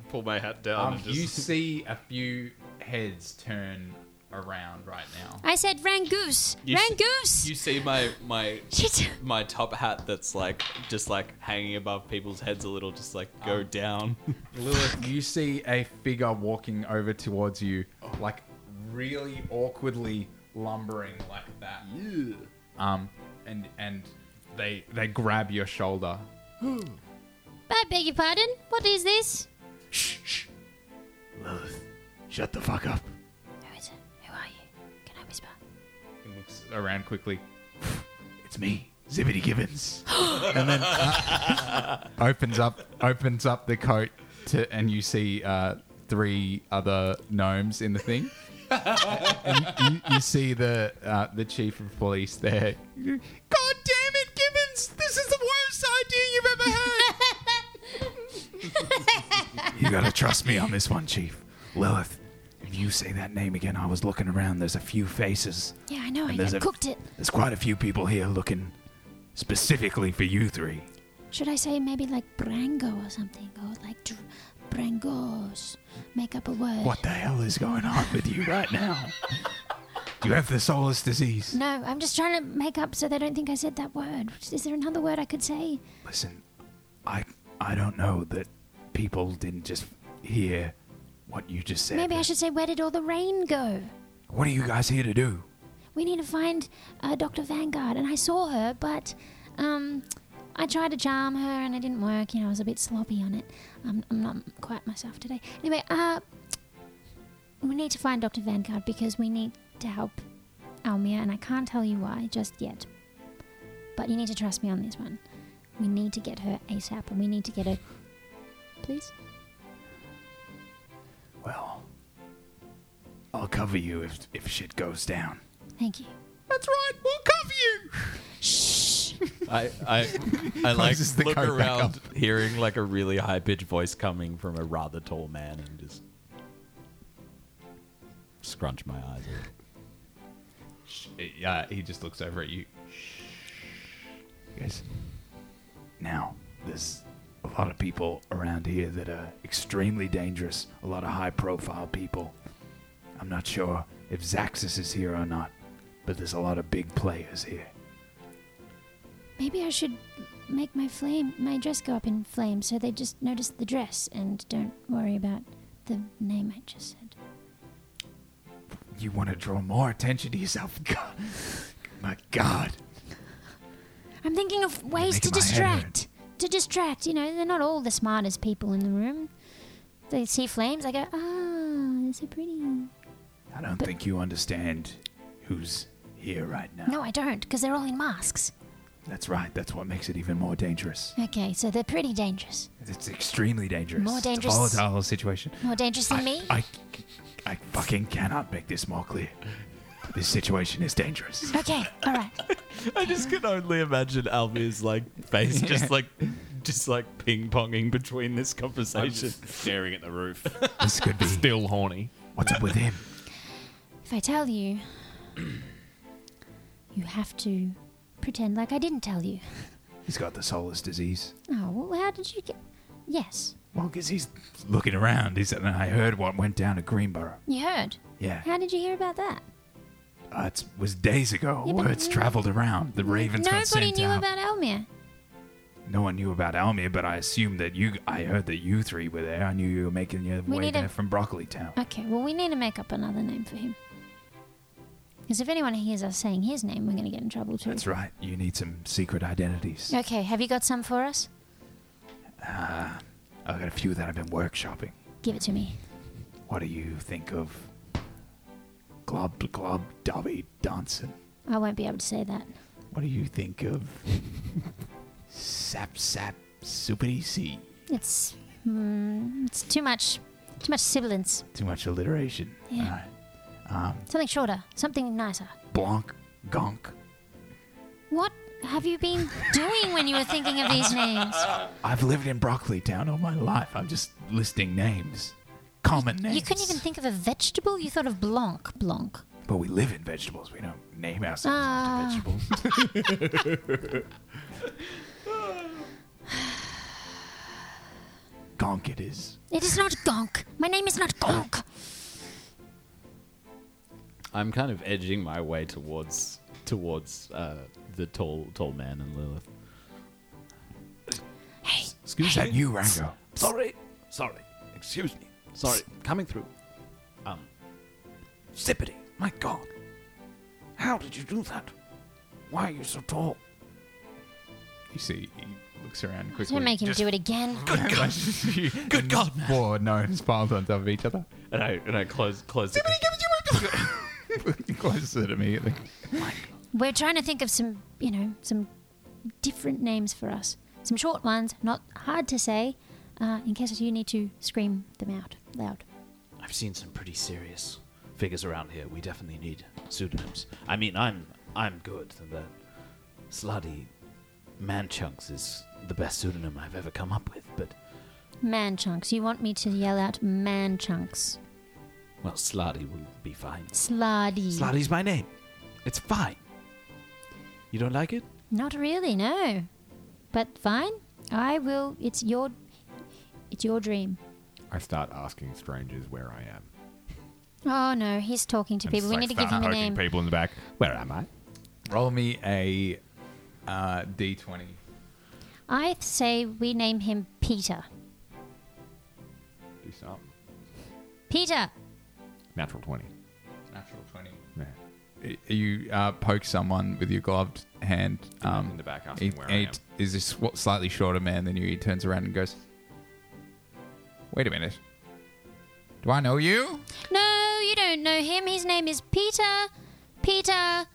Speaker 6: pull my hat down
Speaker 1: Um, you see a few heads turn around right now.
Speaker 3: I said Rangoose!
Speaker 6: You s-
Speaker 3: Rangoose!
Speaker 6: you see my my
Speaker 3: Shit.
Speaker 6: my top hat that's like just like hanging above people's heads a little, just like go down.
Speaker 1: Lilith, you see a figure walking over towards you, like really awkwardly lumbering like that. Um, and and they they grab your shoulder.
Speaker 3: I beg your pardon? What is this?
Speaker 12: Shut the fuck up.
Speaker 3: Who is it? Who are you? Can I whisper?
Speaker 1: He looks around quickly.
Speaker 12: It's me, Zibbity Gibbons.
Speaker 1: uh, Opens up opens up the coat to, and you see uh, three other gnomes in the thing. and you, you see the uh, the chief of police there. God damn it, Gibbons! This is the worst idea you've ever had.
Speaker 12: you gotta trust me on this one, Chief. Lilith, if you say that name again, I was looking around. There's a few faces.
Speaker 3: Yeah, I know, I
Speaker 12: there's a-
Speaker 3: cooked it.
Speaker 12: There's quite a few people here looking specifically for you three.
Speaker 3: Should I say maybe like Brango or something? Or like dr- Brangos? Make up a word.
Speaker 12: What the hell is going on with you right now? Do you have the soulless disease?
Speaker 3: No, I'm just trying to make up so they don't think I said that word. Is there another word I could say?
Speaker 12: Listen, I I don't know that people didn't just hear what you just said.
Speaker 3: Maybe I should say, Where did all the rain go?
Speaker 12: What are you guys here to do?
Speaker 3: We need to find uh, Dr. Vanguard. And I saw her, but um, I tried to charm her and it didn't work. You know, I was a bit sloppy on it. I'm, I'm not quite myself today. Anyway, uh, we need to find Dr. Vanguard because we need to help Almia, and I can't tell you why just yet. But you need to trust me on this one. We need to get her ASAP, and we need to get her. Please?
Speaker 12: Well, I'll cover you if if shit goes down.
Speaker 3: Thank you.
Speaker 1: That's right. We'll cover you.
Speaker 6: I I I like
Speaker 1: Closes the
Speaker 6: look
Speaker 1: coat back
Speaker 6: around, hearing like a really high pitched voice coming from a rather tall man, and just scrunch my eyes. a little.
Speaker 1: Yeah, he just looks over at you.
Speaker 12: Yes. Now, there's a lot of people around here that are extremely dangerous, a lot of high profile people. I'm not sure if Zaxxas is here or not, but there's a lot of big players here.
Speaker 3: Maybe I should make my flame, my dress go up in flames so they just notice the dress and don't worry about the name I just said.
Speaker 12: You want to draw more attention to yourself? God. My God.
Speaker 3: I'm thinking of ways to
Speaker 12: making my head hurt.
Speaker 3: distract. To distract, you know, they're not all the smartest people in the room. They see flames, they go, ah, they're so pretty.
Speaker 12: I don't think you understand who's here right now.
Speaker 3: No, I don't, because they're all in masks.
Speaker 12: That's right. That's what makes it even more dangerous.
Speaker 3: Okay, so they're pretty dangerous.
Speaker 12: It's extremely dangerous.
Speaker 3: More
Speaker 12: It's a
Speaker 3: dangerous-
Speaker 12: volatile situation.
Speaker 3: More dangerous than
Speaker 12: I-
Speaker 3: me?
Speaker 12: I, I fucking cannot make this more clear. This situation is dangerous.
Speaker 3: okay, all right.
Speaker 6: I just can only imagine Almir's like face just like just like ping ponging between this conversation.
Speaker 2: Staring at the roof.
Speaker 12: This could be.
Speaker 2: Still horny.
Speaker 12: What's up with him?
Speaker 3: If I tell you, you have to pretend like I didn't tell you.
Speaker 12: He's got the soulless disease.
Speaker 3: Oh, well, how did you get. Yes,
Speaker 12: Well, 'cause he's looking around. He's and I heard what went down at Greenboro.
Speaker 3: you heard.
Speaker 12: Yeah,
Speaker 3: How did you hear about that?
Speaker 12: uh, it was days ago.
Speaker 3: Yeah, but
Speaker 12: Words
Speaker 3: you-
Speaker 12: traveled around. The ravens got
Speaker 3: Nobody
Speaker 12: sent
Speaker 3: knew
Speaker 12: out.
Speaker 3: about Elmir.
Speaker 12: no one knew about Almir, but I assumed that you. I heard that you three were there. I knew you were making your
Speaker 3: We
Speaker 12: way
Speaker 3: need a- Uh,
Speaker 12: there from Broccoli Town.
Speaker 3: Okay, well, we need to make up another name for him. Because if anyone hears us saying his name, we're going to get in trouble too.
Speaker 12: That's right. You need some secret identities.
Speaker 3: Okay, have you got some for us?
Speaker 12: I've got a few that I've been workshopping.
Speaker 3: Give it to me.
Speaker 12: What do you think of Glob Glob Dobby Donson?
Speaker 3: I won't be able to say that.
Speaker 12: What do you think of Sap Sap Soupity C?
Speaker 3: It's mm, it's too much, too much sibilance.
Speaker 12: Too much alliteration.
Speaker 3: Yeah.
Speaker 12: All right.
Speaker 3: Something shorter, something nicer.
Speaker 12: Blanc Gonk.
Speaker 3: What have you been doing when you were thinking of these names?
Speaker 12: I've lived in Broccoli Town all my life. I'm just listing names, common names.
Speaker 3: You couldn't even think of a vegetable. You thought of Blanc, Blanc.
Speaker 12: But we live in vegetables. We don't name ourselves
Speaker 3: Ah.
Speaker 12: after vegetables. Gonk it is.
Speaker 3: It is not Gonk. My name is not Gonk.
Speaker 6: I'm kind of edging my way towards towards uh, the tall tall man and Lilith.
Speaker 12: Is that you, Rango?
Speaker 2: Sorry, sorry. Excuse me.
Speaker 6: Sorry, coming through.
Speaker 2: Zippity. My God. How did you do that? Why are you so tall?
Speaker 1: You see, he looks around quickly.
Speaker 3: Don't make him do it again.
Speaker 1: Good God, man. Four knowns piled on top of each other.
Speaker 6: And I and I close close. The,
Speaker 1: he closes it immediately.
Speaker 3: We're trying to think of some, you know, some different names for us. Some short ones, not hard to say, uh, in case you need to scream them out loud.
Speaker 2: I've seen some pretty serious figures around here. We definitely need pseudonyms. I mean, I'm I'm good, but slutty manchunks is the best pseudonym I've ever come up with. But
Speaker 3: Man chunks. You want me to yell out man chunks.
Speaker 2: well, slutty would be fine.
Speaker 3: Slardy.
Speaker 2: Slutty's my name. It's fine. You don't like it?
Speaker 3: Not really, no. But fine. I will. It's your. It's your dream.
Speaker 5: I start asking strangers where I am.
Speaker 3: Oh no, he's talking to
Speaker 5: And
Speaker 3: people.
Speaker 5: just,
Speaker 3: We
Speaker 5: like,
Speaker 3: need to give
Speaker 5: start
Speaker 3: him a
Speaker 5: poking
Speaker 3: name.
Speaker 5: people in the back. Where am I?
Speaker 1: Roll me a uh, d20.
Speaker 3: I say we name him Peter.
Speaker 5: Do something.
Speaker 3: Peter.
Speaker 5: Natural twenty.
Speaker 1: Natural 20.
Speaker 5: Yeah.
Speaker 1: You uh, poke someone with your gloved hand. Um,
Speaker 5: in the back, asking
Speaker 1: he-
Speaker 5: where I
Speaker 1: he
Speaker 5: am.
Speaker 1: Is this sw- slightly shorter man than you? He turns around and goes, Wait a minute. Do I know you?
Speaker 3: No, you don't know him. His name is Peter. Peter.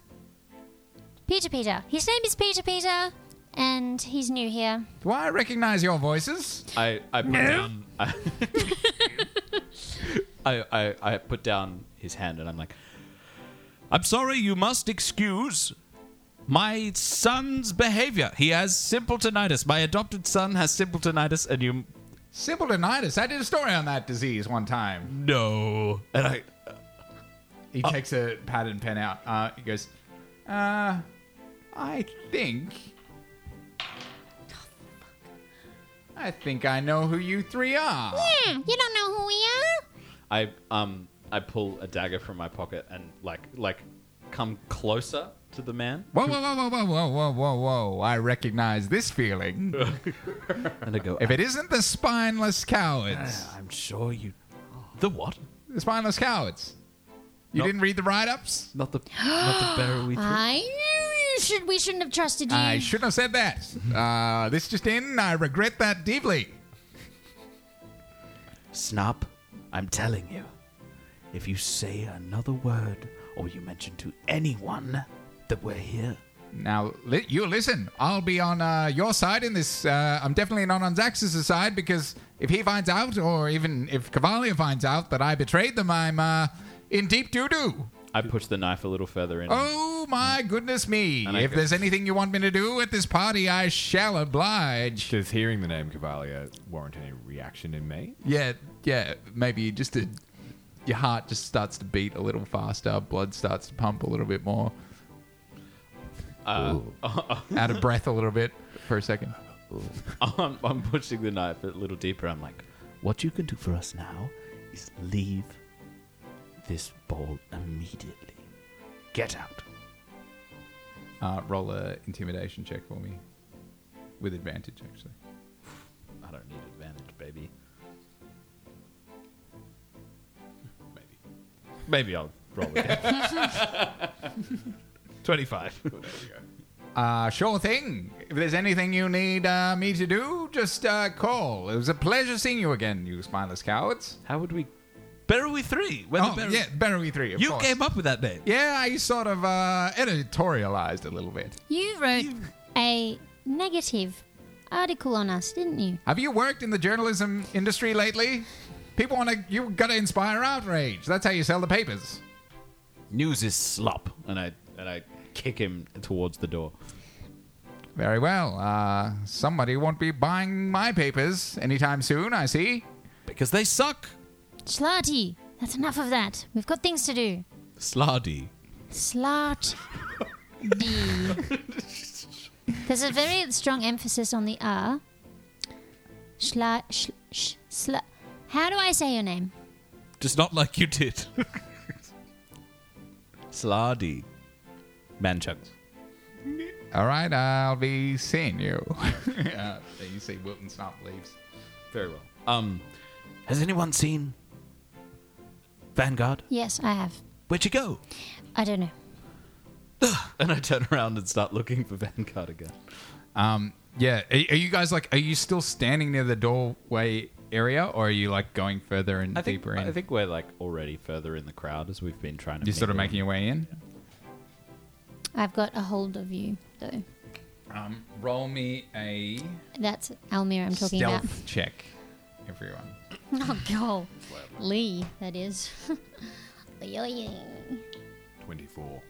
Speaker 3: Peter. Peter. His name is Peter. Peter. And he's new here.
Speaker 1: Do I recognize your voices?
Speaker 6: I I put down. I, I, I I put down his hand and I'm like,
Speaker 2: I'm sorry, you must excuse my son's behavior. He has simpletonitis. My adopted son has simpletonitis, and you
Speaker 1: Simplonitis. I did a story on that disease one time. Oh.
Speaker 2: no. And I
Speaker 1: He takes a pad and pen out. Uh, he goes, uh, I think. I think I know who you three are.
Speaker 3: Yeah, Hmm, you don't know who we are.
Speaker 6: I um I pull a dagger from my pocket and like like come closer to the man
Speaker 1: Whoa, whoa, whoa, whoa, whoa, whoa, whoa, whoa, whoa. I recognize this feeling.
Speaker 6: and I go. "Eh,
Speaker 1: If it isn't the spineless cowards,
Speaker 2: Uh, I'm sure you. The what?
Speaker 1: the spineless cowards. You didn't read the write ups?
Speaker 2: Not the not the bearer we threw.
Speaker 3: I knew you should. We shouldn't have trusted you.
Speaker 1: I shouldn't have said that. Uh, this just in, I regret that deeply.
Speaker 2: Snap, I'm telling you. If you say another word or you mention to anyone that we're here,
Speaker 1: Now, li- you listen. I'll be on uh, your side in this. Uh, I'm definitely not on Zaxxas' side because if he finds out, or even if Cavalia finds out that I betrayed them, I'm uh, in deep doo doo.
Speaker 6: I push the knife a little further in.
Speaker 1: Oh my goodness me!
Speaker 6: And I
Speaker 1: If
Speaker 6: go-
Speaker 1: there's anything you want me to do at this party, I shall oblige.
Speaker 5: Does hearing the name Cavalia warrant any reaction in me?
Speaker 1: Yeah, yeah. Maybe just a, your heart just starts to beat a little faster. Blood starts to pump a little bit more. out of breath a little bit for a second.
Speaker 6: I'm, I'm pushing the knife a little deeper. I'm like,
Speaker 2: what you can do for us now is leave this ball immediately. Get out.
Speaker 1: Uh, roll a intimidation check for me.
Speaker 12: with advantage, actually.
Speaker 6: I don't need advantage, baby.
Speaker 12: Maybe.
Speaker 6: Maybe I'll roll again. 25.
Speaker 12: Uh, sure thing. If there's anything you need uh, me to do, just uh, call. It was a pleasure seeing you again, you spineless cowards.
Speaker 6: How would we.
Speaker 2: Barrowy 3. We're the
Speaker 12: Oh,
Speaker 2: Barrow-
Speaker 12: yeah, Barrowy 3, of
Speaker 2: you
Speaker 12: course.
Speaker 2: came up with that name.
Speaker 12: Yeah, I sort of uh, editorialized a little bit.
Speaker 3: You wrote a negative article on us, didn't you?
Speaker 12: Have you worked in the journalism industry lately? People want to. You got to inspire outrage. That's how you sell the papers.
Speaker 6: News is slop. And I, and I kick him towards the door.
Speaker 12: Very well. Uh, somebody won't be buying my papers anytime soon. I see.
Speaker 2: Because they suck.
Speaker 3: Slarty, that's enough of that. We've got things to do.
Speaker 2: Slardy.
Speaker 3: Slarty. There's a very strong emphasis on the R. Schla, sh, sh, sla. How do I say your name?
Speaker 2: Just not like you did. Slardy.
Speaker 6: Manchugs.
Speaker 12: All right. I'll be seeing you. uh, there you see Wilton Snap leaves.
Speaker 6: Very well. Um,
Speaker 2: Has anyone seen Vanguard?
Speaker 3: Yes, I have.
Speaker 2: Where'd you go?
Speaker 3: I don't know.
Speaker 6: and I turn around and start looking for Vanguard again.
Speaker 12: Um, yeah. Are, are you guys like? Are you still standing near the doorway area, or are you like going further and
Speaker 6: I think,
Speaker 12: deeper in?
Speaker 6: I think we're like already further in the crowd as we've been trying to.
Speaker 12: You're sort of
Speaker 6: mingle.
Speaker 12: making your way in.
Speaker 3: I've got a hold of you, though.
Speaker 12: Um, roll me a
Speaker 3: That's Almir I'm talking
Speaker 12: stealth
Speaker 3: about.
Speaker 12: check, everyone.
Speaker 3: Oh, go. Lee, that is. Oh, Lee.
Speaker 10: 24.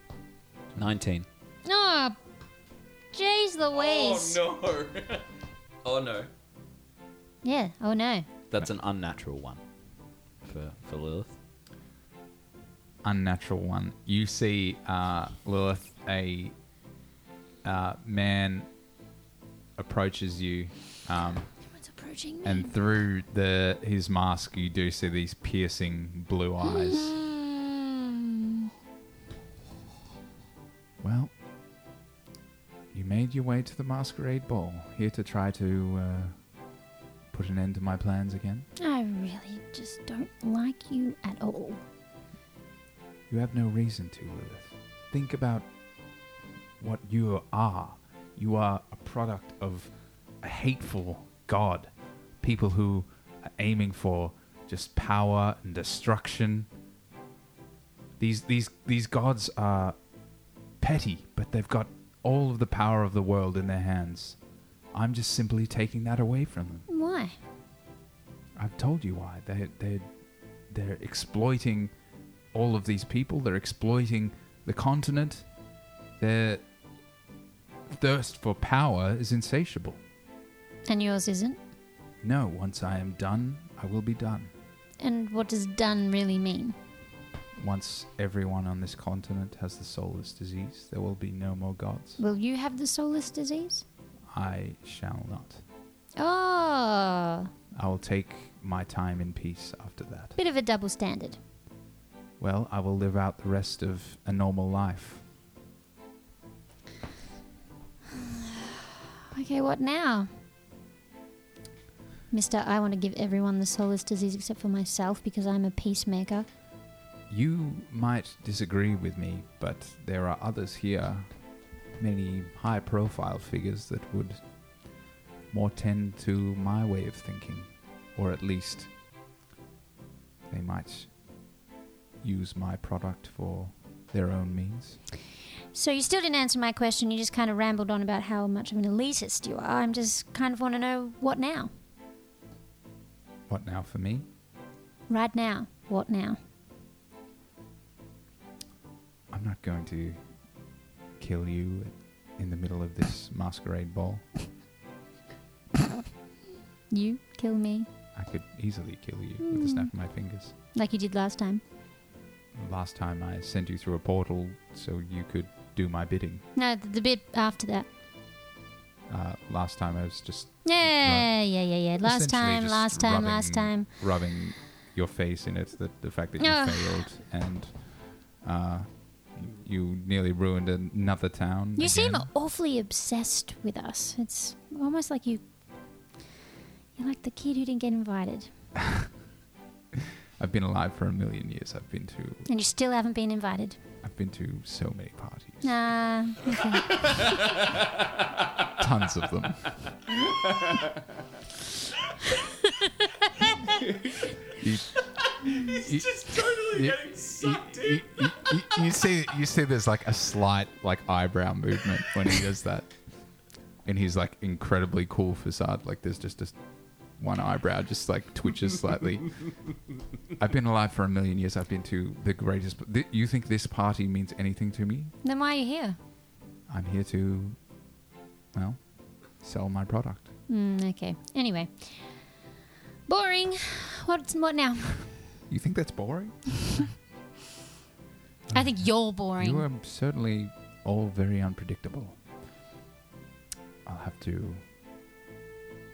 Speaker 6: 19.
Speaker 3: Oh, jeez Louise.
Speaker 6: Oh no. oh no.
Speaker 3: Yeah, oh no.
Speaker 6: That's an unnatural one for, for Lilith.
Speaker 12: unnatural one. You see, uh, Lilith, a uh, man approaches you, um,
Speaker 3: Everyone's approaching me.
Speaker 12: and through the his mask, you do see these piercing blue eyes.
Speaker 3: Mm.
Speaker 12: well, you made your way to the masquerade ball, here to try to uh, put an end to my plans again.
Speaker 3: I really just don't like you at all.
Speaker 12: You have no reason to, Lilith. Think about what you are. You are a product of a hateful god. People who are aiming for just power and destruction. These these these gods are petty, but they've got all of the power of the world in their hands. I'm just simply taking that away from them.
Speaker 3: Why?
Speaker 12: I've told you why. They they they're exploiting all of these people. They're exploiting the continent. Their thirst for power is insatiable.
Speaker 3: And yours isn't?
Speaker 12: No, once I am done, I will be done.
Speaker 3: And what does done really mean?
Speaker 12: Once everyone on this continent has the soulless disease, there will be no more gods.
Speaker 3: Will you have the soulless disease?
Speaker 12: I shall not.
Speaker 3: Oh,
Speaker 12: I will take my time in peace after that.
Speaker 3: bit of a double standard.
Speaker 12: Well, I will live out the rest of a normal life.
Speaker 3: Okay, what now? Mister, I want to give everyone the soulless disease except for myself because I'm a peacemaker.
Speaker 12: You might disagree with me, but there are others here, many high profile figures that would more tend to my way of thinking, or at least they might use my product for their own means.
Speaker 3: So you still didn't answer my question. You just kind of rambled on about how much of an elitist you are. I'm just kind of want to know what now?
Speaker 12: What now for me?
Speaker 3: Right now. What now?
Speaker 12: I'm not going to kill you in the middle of this masquerade ball.
Speaker 3: You kill me
Speaker 12: I could easily kill you with a snap of my fingers.
Speaker 3: like you did last time.
Speaker 12: Last time I sent you through a portal so you could do my bidding.
Speaker 3: No, the, the bit after that.
Speaker 12: Uh, last time I was just
Speaker 3: Yeah, yeah, yeah, yeah. Last
Speaker 12: essentially
Speaker 3: time,
Speaker 12: just
Speaker 3: last time,
Speaker 12: rubbing-
Speaker 3: last time. Ah.
Speaker 12: rubbing your face in it. The, the fact that you
Speaker 3: Ugh.
Speaker 12: failed and uh, you nearly ruined another town.
Speaker 3: You seem
Speaker 12: again.
Speaker 3: awfully obsessed with us. It's almost like you. You're like the kid who didn't get invited,
Speaker 12: I've been alive for a million years. I've been to
Speaker 3: and you still haven't been invited.
Speaker 12: I've been to so many parties,
Speaker 3: Nah. Okay.
Speaker 12: tons of them. you, He's just totally getting sucked in. You, you- you see, you see, there's like a slight like eyebrow movement when he does that, and he's like incredibly cool facade. Like there's just this one eyebrow just like twitches slightly. I've been alive for a million years. I've been to the greatest. Th- you think this party means anything to me?
Speaker 3: then why are you here?
Speaker 12: I'm here to, well, sell my product.
Speaker 3: Mm, okay. Anyway. Boring. What's what now?
Speaker 12: You think that's boring?
Speaker 3: I think you're boring.
Speaker 12: You are certainly all very unpredictable. I'll have to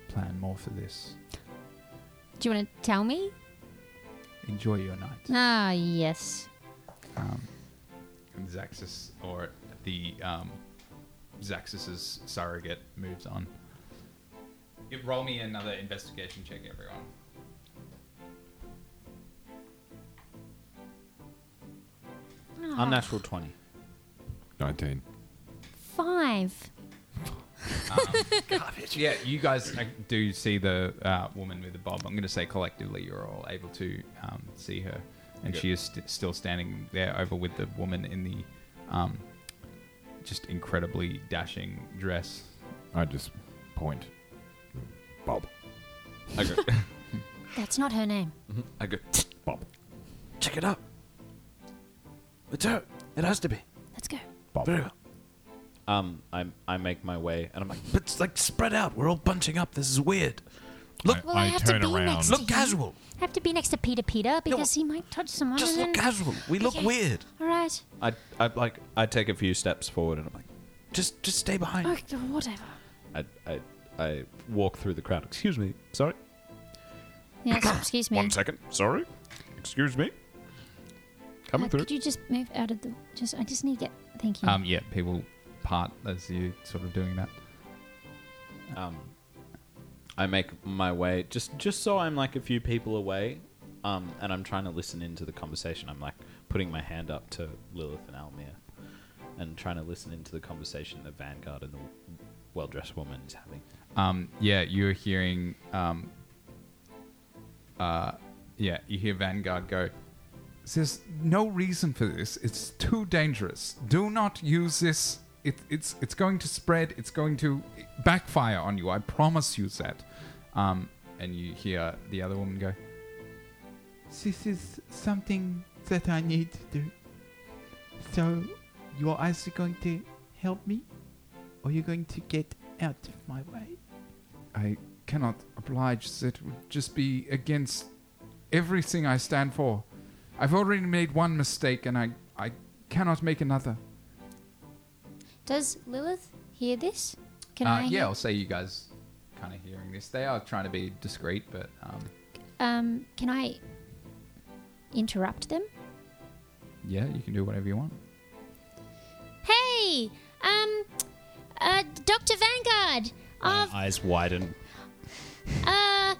Speaker 12: plan more for this.
Speaker 3: Do you want to tell me?
Speaker 12: Enjoy your night.
Speaker 3: Ah, yes.
Speaker 12: And Zaxis, or the um, Zaxis's surrogate, moves on. It, roll me another investigation check, everyone.
Speaker 6: Unnatural 20.
Speaker 10: 19.
Speaker 3: Five.
Speaker 12: Yeah, you guys uh, do see the uh, woman with the bob. I'm going to say collectively, you're all able to um, see her, and she is st- still standing there over with the woman in the um, just incredibly dashing dress.
Speaker 10: I just point. Bob.
Speaker 6: I go,
Speaker 3: That's not her name.
Speaker 6: I go,
Speaker 10: Bob.
Speaker 2: Check it out. It's her. It has to be.
Speaker 3: Let's go.
Speaker 10: Bob.
Speaker 2: Very well.
Speaker 6: um, I, I make my way and I'm like,
Speaker 2: But it's like spread out. We're all bunching up. This is weird. Look,
Speaker 3: Well, I, have to
Speaker 10: turn
Speaker 3: be next
Speaker 10: around.
Speaker 3: to
Speaker 2: look
Speaker 3: you.
Speaker 2: casual.
Speaker 3: I have to be next to Peter Peter because he might touch someone.
Speaker 2: Just
Speaker 3: and
Speaker 2: look
Speaker 3: then-
Speaker 2: casual. We look
Speaker 3: Mm-hmm. Okay.
Speaker 2: weird.
Speaker 3: All right.
Speaker 6: I, I like, I take a few steps forward and I'm like,
Speaker 2: Just, just stay behind.
Speaker 3: Oh, whatever.
Speaker 6: I, I, I walk through the crowd. Excuse me. Sorry.
Speaker 3: Yes, excuse me.
Speaker 2: second. Sorry. Excuse me.
Speaker 3: Uh, could you just move out of the? Just I just need to get. Thank you.
Speaker 12: Um, yeah, people part as you sort of doing that.
Speaker 6: Um, I make my way just just so I'm like a few people away, um, and I'm trying to listen into the conversation. I'm like putting my hand up to Lilith and Almir, and trying to listen into the conversation the Vanguard and the well dressed woman is having.
Speaker 12: Um, yeah, you're hearing. Um, uh, yeah, you hear Vanguard go. There's no reason for this. It's too dangerous. Do not use this. It, it's it's going to spread. It's going to backfire on you. I promise you that. Um, and you hear the other woman go. This is something that I need to do. So, you are either going to help me, or you're going to get out of my way. I cannot oblige. That would just be against everything I stand for. I've already made one mistake, and I, I cannot make another.
Speaker 3: Does Lilith hear this? Can I?
Speaker 12: uh, yeah,
Speaker 3: hear-
Speaker 12: I'll say you guys kind of hearing this. They are trying to be discreet, but um,
Speaker 3: Um, can I interrupt them?
Speaker 12: yeah, you can do whatever you want.
Speaker 3: Hey, um, uh, Doctor Vanguard.
Speaker 6: My
Speaker 3: Of
Speaker 6: eyes widen.
Speaker 3: uh,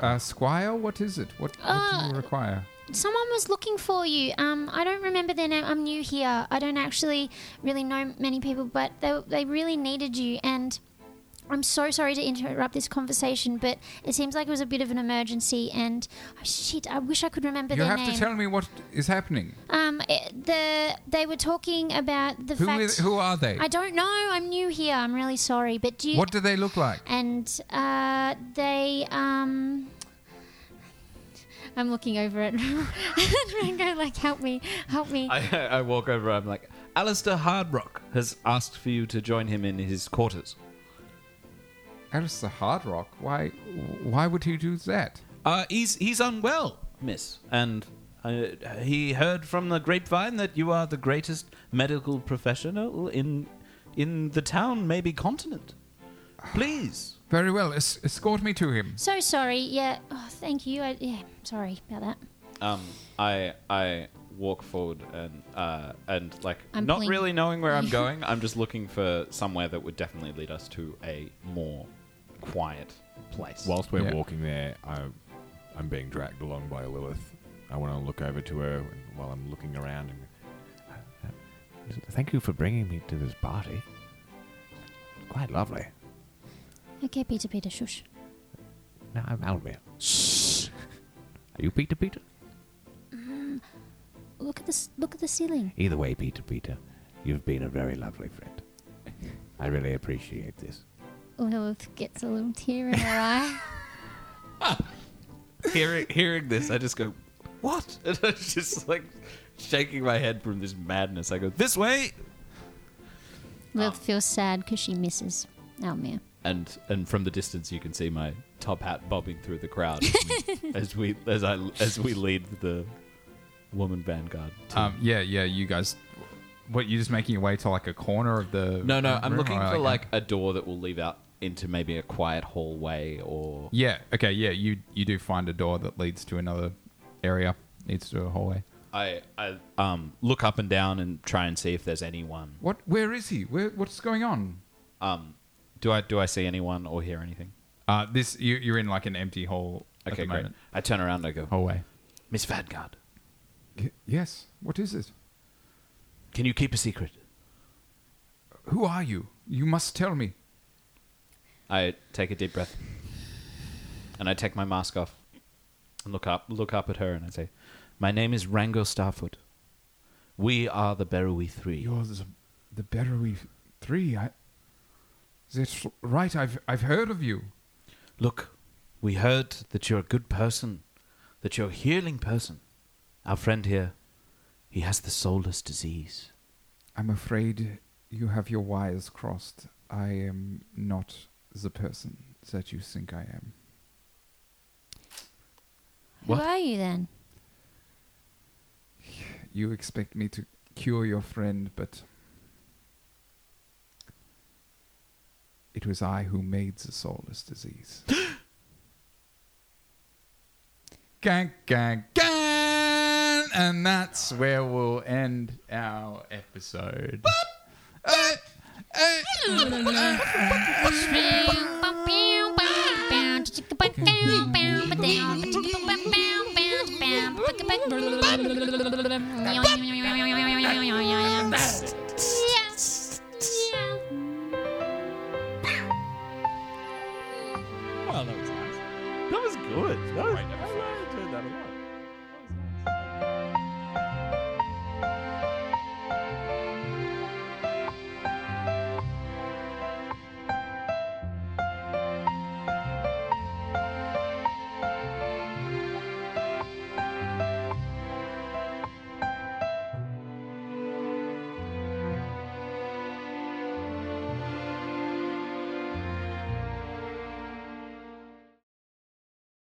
Speaker 12: Uh, Squire, what is it? What, what
Speaker 3: oh,
Speaker 12: do
Speaker 3: Uh,
Speaker 12: you require?
Speaker 3: someone was looking for you. Um, I don't remember their name. I'm new here. I don't actually really know many people, but they they really needed you and. I'm so sorry to interrupt this conversation, but it seems like it was a bit of an emergency, and oh shit, I wish I could remember
Speaker 12: You
Speaker 3: their
Speaker 12: have
Speaker 3: name.
Speaker 12: to tell me what is happening.
Speaker 3: Um, it, the they were talking about the
Speaker 12: Who
Speaker 3: fact.
Speaker 12: is? Who are they?
Speaker 3: I don't know. I'm new here. I'm really sorry, but do you?
Speaker 12: What do they look like?
Speaker 3: and uh, they um. I'm looking over at Rango, like, help me, help me.
Speaker 6: I, I walk over. I'm like, Alistair Hardrock has asked for you to join him in his quarters.
Speaker 12: Alistair Hard Rock. Why? Why would he do that?
Speaker 2: Uh, he's he's unwell.
Speaker 6: Miss,
Speaker 2: and uh, he heard from the grapevine that you are the greatest medical professional in in the town, maybe continent. Please,
Speaker 12: Very well. Es- escort me to him.
Speaker 3: so sorry. Yeah. Oh, thank you. I, yeah. Sorry about that.
Speaker 6: um, I I walk forward and uh, and like
Speaker 3: I'm
Speaker 6: not
Speaker 3: pulling-
Speaker 6: really knowing where I'm
Speaker 3: Yeah.
Speaker 6: going. I'm just looking for somewhere that would definitely lead us to a more quiet place.
Speaker 10: Whilst we're
Speaker 12: Yeah.
Speaker 10: walking there, I, I'm being dragged along by Lilith. I want to look over to her and- while I'm looking around. And,
Speaker 5: Thank you for bringing me to this party.
Speaker 10: Quite lovely.
Speaker 3: Okay, Peter, Peter, shush.
Speaker 5: Now I'm Almir. Are you Peter Peter?
Speaker 3: Look at this. Look at the ceiling.
Speaker 5: Either way, Peter Peter, you've been a very lovely friend. I really appreciate this.
Speaker 3: Lilith Oh, gets a little tear in her eye.
Speaker 6: hearing, hearing this, I just go, "What?" And I'm just like shaking my head from this madness. I go, "This way,"
Speaker 3: Lilith feels sad because she misses Almir.
Speaker 6: and and from the distance, you can see my top hat bobbing through the crowd as we as I as we lead the woman vanguard. to-
Speaker 12: Um, yeah, yeah. You guys, what you just making your way to like a corner of the?
Speaker 6: no, no, I'm
Speaker 12: room,
Speaker 6: looking
Speaker 12: or,
Speaker 6: for like a door that will lead out into maybe a quiet hallway or
Speaker 12: Yeah. Okay. Yeah. You you do find a door that leads to another area. Leads to a hallway.
Speaker 6: I I um look up and down and try and see if there's anyone.
Speaker 12: What? Where is he? Where? What's going on?
Speaker 6: Um, do I do I see anyone or hear anything?
Speaker 12: Uh, this you, you're in like an empty hall at
Speaker 6: Okay,
Speaker 12: the
Speaker 6: great.
Speaker 12: moment.
Speaker 6: I turn around and I go,
Speaker 12: Hallway.
Speaker 6: Miss Vanguard,
Speaker 12: yes. What is it?
Speaker 6: can you keep a secret?
Speaker 12: Who are you? You must tell me.
Speaker 6: I take a deep breath and I take my mask off and look up look up at her and I say, My name is Rango Starfoot. We are the Berui Three.
Speaker 12: You're the, the Berui Three. I, that's right. I've I've heard of you.
Speaker 6: Look, we heard that you're a good person, that you're a healing person. Our friend here, he has the soulless disease.
Speaker 12: I'm afraid you have your wires crossed. I am not the person that you think I am.
Speaker 6: What?
Speaker 3: Who are you then?
Speaker 12: You expect me to cure your friend, but it was I who made the soulless disease. gang, gang, gang! And that's where we'll end our episode.
Speaker 6: Oh,
Speaker 13: Well, that was nice. That was good. That was, I enjoyed that a lot.